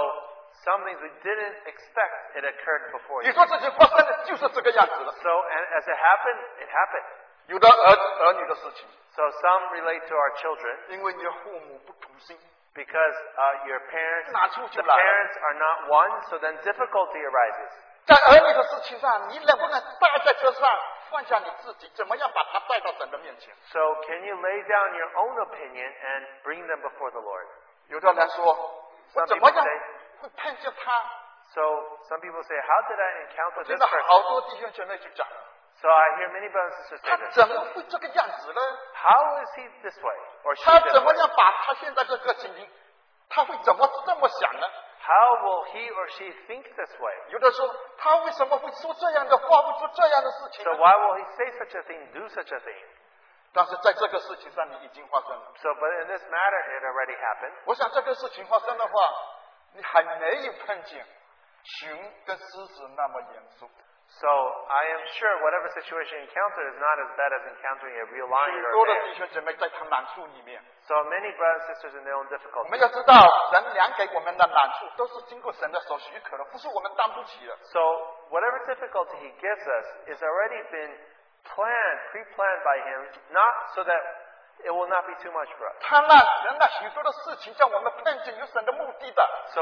Speaker 2: some things we didn't expect, it occurred before
Speaker 1: 许
Speaker 2: you.
Speaker 1: 多事情发生的就是这个样子了。
Speaker 2: So and as it happened, it happened.
Speaker 1: 有的儿儿女的事情，
Speaker 2: So some relate to our children
Speaker 1: 因为你的父母不同心，
Speaker 2: because uh, your parents,
Speaker 1: 拿出去了。
Speaker 2: the parents are not one, so then difficulty arises.
Speaker 1: 在儿女的事情上，你能不能带在车上放下你自己？怎么样把它带到神的面前？
Speaker 2: So can you lay down your own opinion and bring them before the Lord?
Speaker 1: 有的人说，我怎么样会碰见他？
Speaker 2: So some people say, how did I encounter
Speaker 1: 现
Speaker 2: this
Speaker 1: 在
Speaker 2: person?
Speaker 1: 好多弟兄姐妹就讲，
Speaker 2: So I hear many brothers and sisters
Speaker 1: 他
Speaker 2: say this.
Speaker 1: 怎么会这个样子呢？
Speaker 2: How is he this way or she
Speaker 1: 他
Speaker 2: this
Speaker 1: 怎么
Speaker 2: way?
Speaker 1: 样把他现在这个情形，他会怎么这么想呢？
Speaker 2: How will he or she think this way?
Speaker 1: 有的说，他为什么会说这样的话，会做这样的事情
Speaker 2: So
Speaker 1: 呢？
Speaker 2: why will he say such a thing, do such a thing?
Speaker 1: 但是在这个事情上，你已经发生了。
Speaker 2: So, but in this matter, it already happened.
Speaker 1: 我想这个事情发生的话，你还没有碰见熊跟狮子那么严肃。
Speaker 2: So I am sure whatever situation you encounter is not as bad as encountering a real lion
Speaker 1: 许
Speaker 2: or
Speaker 1: 多
Speaker 2: a
Speaker 1: 的
Speaker 2: bear.
Speaker 1: 弟兄姐妹在他难处里面，
Speaker 2: So many brothers and sisters in their own
Speaker 1: 我们
Speaker 2: difficulty.
Speaker 1: 要知道，人量给我们的难处都是经过神的手许可的，不是我们担不起的。
Speaker 2: So whatever difficulty he gives us is already been planned, pre-planned by him, not so that it will not be too much for us.
Speaker 1: 他让人的许多的事情，叫我们碰见有神的目的的。
Speaker 2: So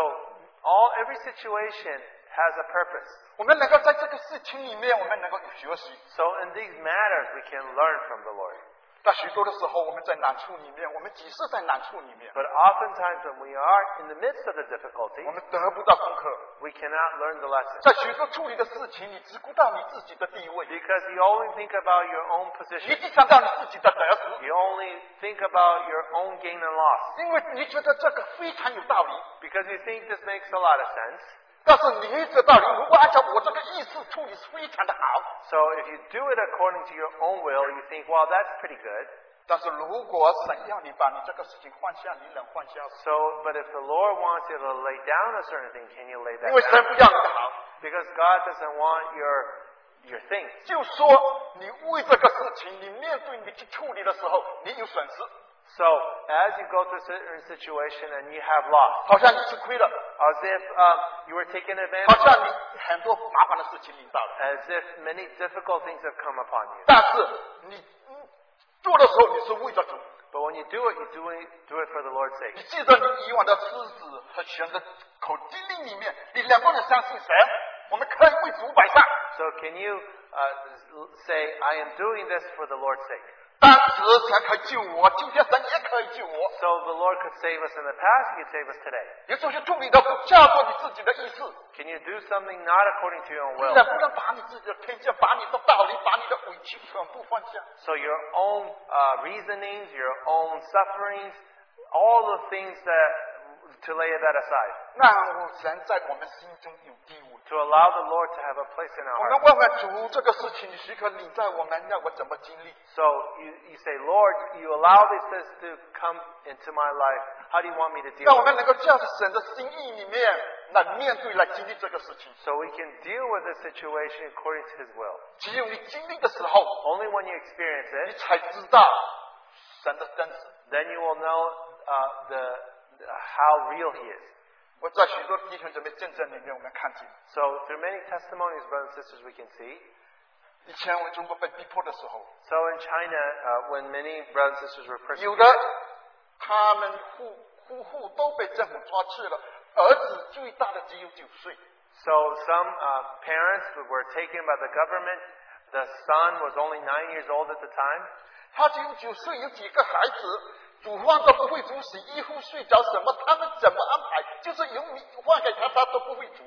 Speaker 2: all every situation has a purpose.
Speaker 1: 我们能够在这个事情里面，我们能够学习。
Speaker 2: So in these matters, we can learn from the Lord.
Speaker 1: 但许多的时候，我们在难处里面，我们只是在难处里面，
Speaker 2: But oftentimes, when we are in the midst of the difficulty,
Speaker 1: 我们得不到功课。
Speaker 2: we cannot learn the lesson
Speaker 1: 在许多处理的事情，你只顾到你自己的地位，
Speaker 2: because you only think about your own
Speaker 1: 你
Speaker 2: position.
Speaker 1: 只想到你自己的得失，
Speaker 2: You only think about your own gain and loss
Speaker 1: 因为你觉得这个非常有道理。
Speaker 2: because you think this makes a lot of sense.
Speaker 1: 但是你这道理，如果按照啊我这个意识处理，非常的好。
Speaker 2: So if you do it according to your own will, you think, wow, that's pretty good.
Speaker 1: 但是如果神要你把你这个事情放下，你能放下吗？
Speaker 2: So, but if the Lord wants you to lay down a certain thing, can you lay that
Speaker 1: 因为
Speaker 2: down?
Speaker 1: 神不要你的好，
Speaker 2: Because God doesn't want your your things.
Speaker 1: 就说你为这个事情，你面对你去处理的时候，你有损失，
Speaker 2: So as you go through a certain situation and you have loss,
Speaker 1: 好像你吃亏了，
Speaker 2: as if uh, you were taken
Speaker 1: 好
Speaker 2: advantage,
Speaker 1: 像你很多麻烦的事情领到了，
Speaker 2: as if many difficult things have come upon you.
Speaker 1: 但是你嗯做的时候你是为着主，
Speaker 2: But when you do it, you do it, do it for the Lord's sake.
Speaker 1: 你记得你以往的狮子和熊的口经历里面，你能不能相信神？我们可以为主摆上。
Speaker 2: So can you uh, say, I am doing this for the Lord's sake?
Speaker 1: 当时神可以救我，今天神也可以救我。
Speaker 2: So the Lord could save us in the past, He could save us today.
Speaker 1: 你总是处理的不叫做你自己的意思，
Speaker 2: Can you do something not according to your own
Speaker 1: 你
Speaker 2: will?
Speaker 1: 能不能把你自己的偏见、把你的道理、把你的委屈全部放下？
Speaker 2: So your own uh, reasonings, your own sufferings, all the things that to lay that aside,
Speaker 1: 让神在我们心中有地位。
Speaker 2: to allow the Lord to have a place in our
Speaker 1: 我
Speaker 2: heart.
Speaker 1: 们问问主，这个事情你许可领在我们，让我怎么经历？
Speaker 2: So you, you say, Lord, you allow these things to come into my life. How do you want me to deal
Speaker 1: 让我
Speaker 2: with
Speaker 1: 们
Speaker 2: it?
Speaker 1: 能够照着神的心意里面来面对、来经历这个事情。
Speaker 2: So we can deal with the situation according to His will.
Speaker 1: 只有你经历的时候，
Speaker 2: Only when you experience it,
Speaker 1: 你才知道神的真实。
Speaker 2: then you will know uh, the, the how real He is.
Speaker 1: 我在许多弟兄姊妹见证里面，我们看见，
Speaker 2: So through many testimonies, brothers and sisters, we can see.
Speaker 1: 以前我们中国被逼迫的时候，
Speaker 2: So in China, uh, when many brothers and sisters were
Speaker 1: 有
Speaker 2: persecuted,
Speaker 1: 的他们夫夫妇都被政府抓去了，儿子最大的只有九岁，
Speaker 2: So some uh, parents who were taken by the government. The son was only nine years old at the time.
Speaker 1: 他只有九岁，有几个孩子，煮饭都不会煮，洗衣服、睡着什么，他们怎么安排？就是有米饭给他，他都不会煮。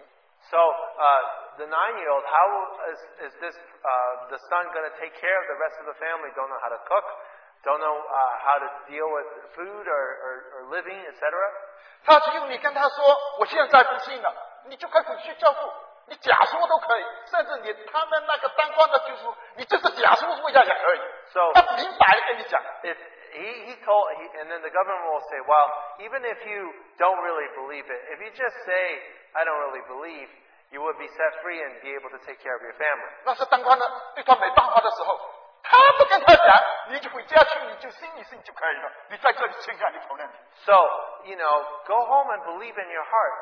Speaker 2: So uh, the nine-year-old, how is, is this uh, the son going to take care of the rest of the family? Don't know how to cook, don't know uh, how to deal with food or, or, or living, etc.
Speaker 1: 他只有你跟他说，我现在不信了，你就开始去教父，你假说都可以，甚至你他们那个当官的就说，你这是假说说一下也可以，
Speaker 2: So
Speaker 1: 他明白的跟你讲。
Speaker 2: if he, he told, he, and then the government will say, well, even if you don't really believe it, if you just say, I don't really believe, you would be set free and be able to take care of your family.
Speaker 1: 那是当官的对他没办法的时候，他不跟他讲，你就回家去，你就信一信就可以了。你在这里签下你投降。
Speaker 2: So, you know, go home and believe in your heart.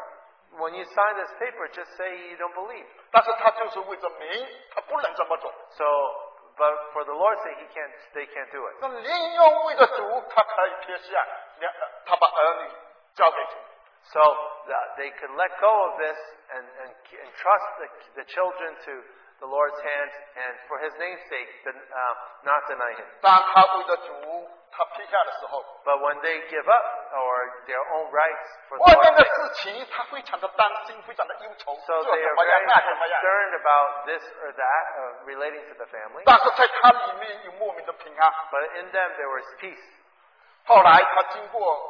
Speaker 2: When you sign this paper, just say you don't believe.
Speaker 1: 但是他就是为着民，他不能这么做。
Speaker 2: So, but for the Lord's sake, he can't, they can't do it.
Speaker 1: 那宁愿为着主，他可以撇下两，呃他把儿女交给主。
Speaker 2: So th- they could let go of this and, and, and trust the, the children to the Lord's hands and for his name's sake, then, uh, not deny him.
Speaker 1: 当他为着主，他撇下的时候，
Speaker 2: But when they give up or their own rights for the
Speaker 1: 外面
Speaker 2: Lord's
Speaker 1: 的
Speaker 2: sake,
Speaker 1: 事情他非常的担心，非常的忧愁，
Speaker 2: so
Speaker 1: 这
Speaker 2: they
Speaker 1: 怎
Speaker 2: are
Speaker 1: 么样
Speaker 2: very
Speaker 1: 那怎么样。
Speaker 2: concerned about this or that uh, relating to the family.
Speaker 1: 但是在他里面有莫名的平安。
Speaker 2: But in them there was peace.
Speaker 1: 后来他经过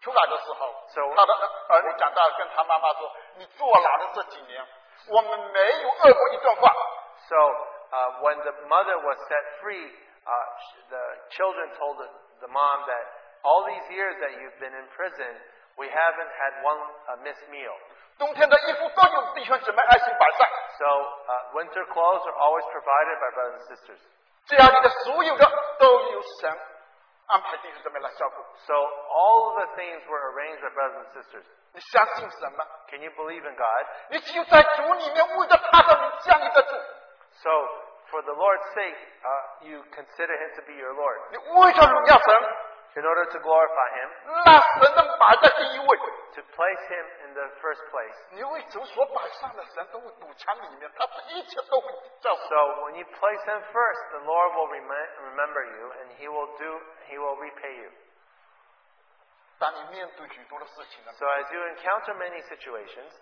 Speaker 1: 出来的时候
Speaker 2: So-
Speaker 1: 他的儿女呃长大，跟他妈妈说：“你坐牢的这几年，我们没有饿过一顿饭。
Speaker 2: So uh, when the mother was set free, uh, sh- the children told the, the mom that all these years that you've been in prison, we haven't had one uh, missed meal.
Speaker 1: 冬天的衣服都有弟兄姊妹爱心摆上，
Speaker 2: So uh, winter clothes are always provided by brothers and sisters.
Speaker 1: 家里的所有的都由神安排弟兄姊妹来照顾。
Speaker 2: So all of the things were arranged by brothers and sisters.
Speaker 1: 你相信神吗？
Speaker 2: Can you believe in God?
Speaker 1: 你只有在主里面为着他的名站立得住，
Speaker 2: So for the Lord's sake, uh, you consider Him to be your Lord
Speaker 1: 你为着荣耀神，
Speaker 2: in order to glorify Him,
Speaker 1: 让神能摆在第一位。
Speaker 2: to place Him in the first place.
Speaker 1: 你为主所摆上的神都会补偿里面，他是一切都会照顾。
Speaker 2: So when you place Him first, the Lord will rem- remember you, and He will do. He will repay you.
Speaker 1: 当你面对许多的事情的时候
Speaker 2: So as you encounter many situations,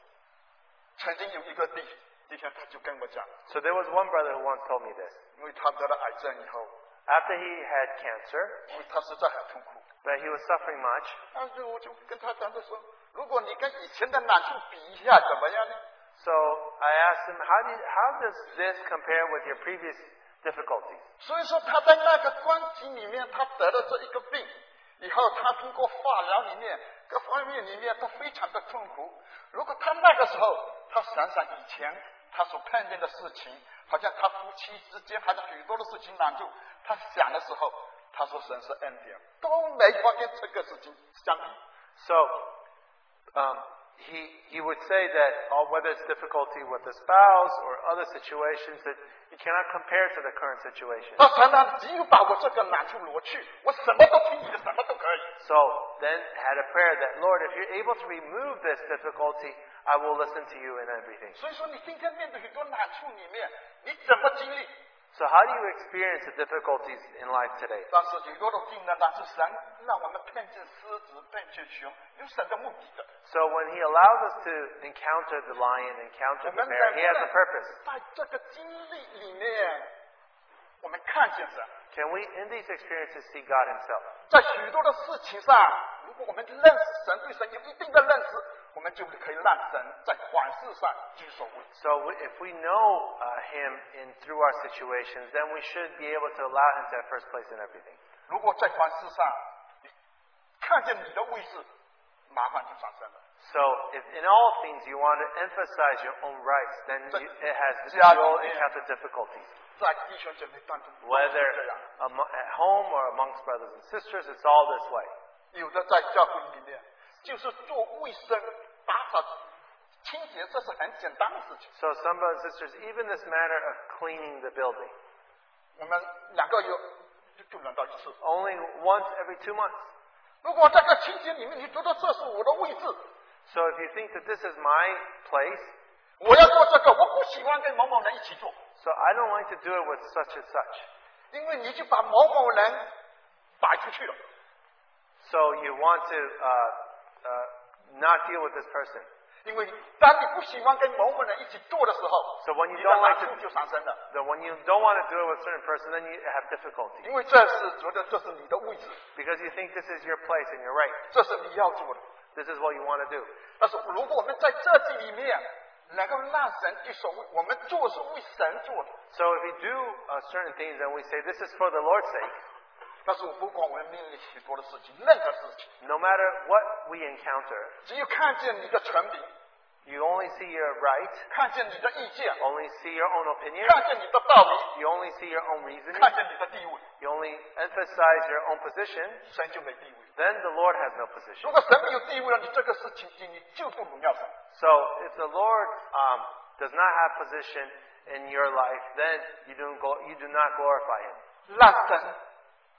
Speaker 1: 曾经有一个弟弟兄，他就跟我讲，
Speaker 2: so there was one brother who once told me this.
Speaker 1: 因为他得了癌症以后，
Speaker 2: After he had cancer,
Speaker 1: 因为他实在很痛苦，
Speaker 2: but he was suffering much,
Speaker 1: 但是我就跟他讲的说，如果你跟以前的难处比一下，怎么样呢？
Speaker 2: so I asked him, "How do you, how does this compare with your previous difficulties?"
Speaker 1: 所以说他在那个关系里面，他得了这一个病以后，他经过化疗里面各方面里面都非常的痛苦。如果他那个时候，他想想以前他所碰见的事情，好像他夫妻之间还有许多的事情难处，他想的时候，他说神是恩典，都没法跟这个事情啊相比。
Speaker 2: So um, he he would say that uh, whether it's difficulty with the spouse or other situations that you cannot compare to the current situation.
Speaker 1: 那神呢，只有把我这个难处挪去，我什么都听你的，什么都可以。
Speaker 2: So then had a prayer that Lord, if you're able to remove this difficulty, I will listen to you in everything.
Speaker 1: 所以说，你今天面对许多难处里面，你怎么经历？
Speaker 2: So how do you experience the difficulties in life today?
Speaker 1: 但是许多的病呢，那是神让我们碰见狮子、碰见熊，有神的目的的。
Speaker 2: So when he allows us to encounter the lion, encounter
Speaker 1: 我
Speaker 2: the
Speaker 1: 们
Speaker 2: bear,
Speaker 1: 能不
Speaker 2: he has a
Speaker 1: 能
Speaker 2: purpose.
Speaker 1: 在这个经历里面，我们看见神，
Speaker 2: Can we, in these experiences, see God himself?
Speaker 1: 在许多的事情上，如果我们认识神，对神有一定的认识，我们就可以让神在凡事上居首位。
Speaker 2: So we, if we know uh, him in through our situations, then we should be able to allow him to have first place in everything.
Speaker 1: 如果在凡事上，你看见你的位置，麻烦就上升了。
Speaker 2: So if in all things you want to emphasize your own rights, then you, it has
Speaker 1: Yeah.
Speaker 2: you'll encounter difficulties.
Speaker 1: 在弟兄姐妹当中，
Speaker 2: Whether
Speaker 1: 这样，
Speaker 2: amo at home or amongst brothers and sisters, it's all this way.
Speaker 1: 有的在教会里面就是做卫生、打扫、清洁，这是很简单的事情。
Speaker 2: So some brothers and sisters, even this matter of cleaning the building,
Speaker 1: 我们两个月就就轮到一次。
Speaker 2: only once every two months.
Speaker 1: 如果这个清洁里面你觉得这是我的位置，
Speaker 2: So if you think that this is my place,
Speaker 1: 我要做这个，我不喜欢跟某某人一起做，
Speaker 2: So I don't like to do it with such and such.
Speaker 1: 因为你就把某某人摆出去了。
Speaker 2: So you want to uh, uh, not deal with this person.
Speaker 1: 因为当你不喜欢跟某某人一起做的时候，
Speaker 2: So when
Speaker 1: 你
Speaker 2: you
Speaker 1: 的
Speaker 2: don't
Speaker 1: 难
Speaker 2: like to,
Speaker 1: 处就上升了。
Speaker 2: so when you don't want to do it with a certain person, then you have difficulty
Speaker 1: 因为这是觉得这是你的位置，
Speaker 2: because you think this is your place and you're right.
Speaker 1: 这是你要做的。
Speaker 2: This is what you want to do.
Speaker 1: 但是如果我们在这地里面能够让神居首位，我们做是为神做的。
Speaker 2: So if you do uh, certain things and we say this is for the Lord's sake,
Speaker 1: 但是我不管我们面临许多的事情，任何事情，
Speaker 2: no matter what we encounter,
Speaker 1: 只有看见你的权柄，
Speaker 2: you only see your right,
Speaker 1: 看见你的意见，
Speaker 2: only see your own opinion,
Speaker 1: 看见你的道理，
Speaker 2: you only see your own reasoning,
Speaker 1: 看见你的地位，
Speaker 2: you only emphasize your own position,
Speaker 1: 神就没地位。
Speaker 2: then the Lord has no position.
Speaker 1: 如果神没有地位了，你这个事情你就不荣耀神。
Speaker 2: So if the Lord um, does not have position in your life, then you don't go, you do not glorify Him.
Speaker 1: 让神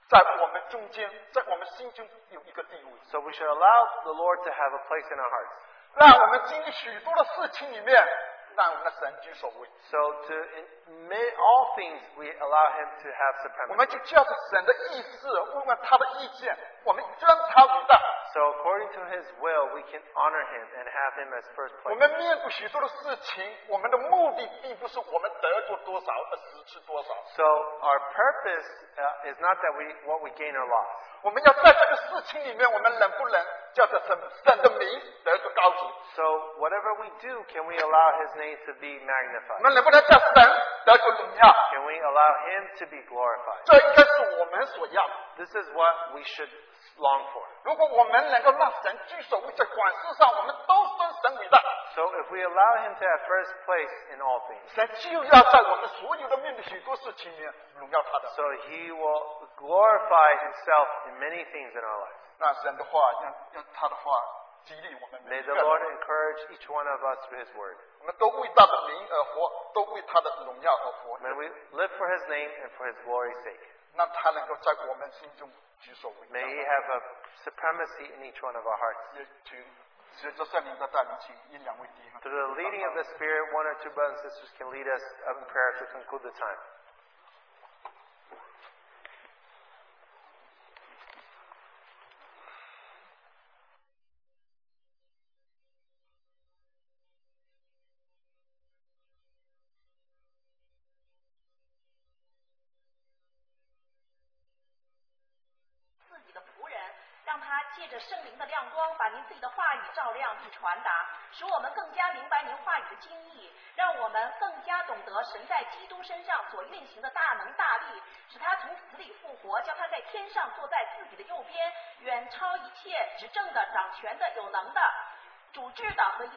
Speaker 1: 在我们中间，在我们心中有一个地位，
Speaker 2: So we should allow the Lord to have a place in our hearts.
Speaker 1: 让我们经历许多的事情里面，让我们的神居首位。
Speaker 2: So to in ma- all things we allow Him to have
Speaker 1: 我们
Speaker 2: supremacy.
Speaker 1: 就叫着神的意志，问问他的意见，我们遵他为大。
Speaker 2: So according to His will, we can honor Him and have Him as first
Speaker 1: 我
Speaker 2: place.
Speaker 1: 们面对许多的事情，我们的目的并不是我们得着多少而失去多少，
Speaker 2: So our purpose uh, is not that we what we gain or loss.
Speaker 1: 我们要在这个事情里面，我们能不能叫着神神的名得着高举？
Speaker 2: So whatever we do, can we allow His name to be
Speaker 1: 我
Speaker 2: magnified?
Speaker 1: 们能不能叫神得着荣耀？
Speaker 2: Can we allow Him to be glorified?
Speaker 1: 这应该是我们所要的。
Speaker 2: This is what we should long for.
Speaker 1: 如果我们能够让神居首位，在管事上我们都尊神伟大，
Speaker 2: So if we allow Him to have first place in all things,
Speaker 1: 神就要在我们所有的面对许多事情里面荣耀他的。
Speaker 2: so He will glorify Himself in many things in our lives.
Speaker 1: 让神的话，让让他的话激励我们
Speaker 2: May
Speaker 1: 每一个
Speaker 2: the Lord
Speaker 1: 人，
Speaker 2: encourage each one of us through His Word.
Speaker 1: 我们都为他的名而活，都为他的荣耀而活，
Speaker 2: May we live for His name and for His glory's sake.
Speaker 1: 让他能够在我们心中举手为
Speaker 2: May He
Speaker 1: 大。
Speaker 2: have a supremacy in each one of our hearts.
Speaker 1: 也请随着圣灵的带领，请一两位弟兄
Speaker 2: Through the leading of the Spirit, one or two brothers and sisters can lead us up in prayer to conclude the time.
Speaker 3: 自己的仆人，让他借着圣灵的亮光，把您自己的话语照亮并传达，使我们更加明白您话语的精义，让我们更加懂得神在基督身上所运行的大能大力，使他从死里复活，叫他在天上坐在自己的右边，远超一切执政的、掌权的、有能的、主治的和。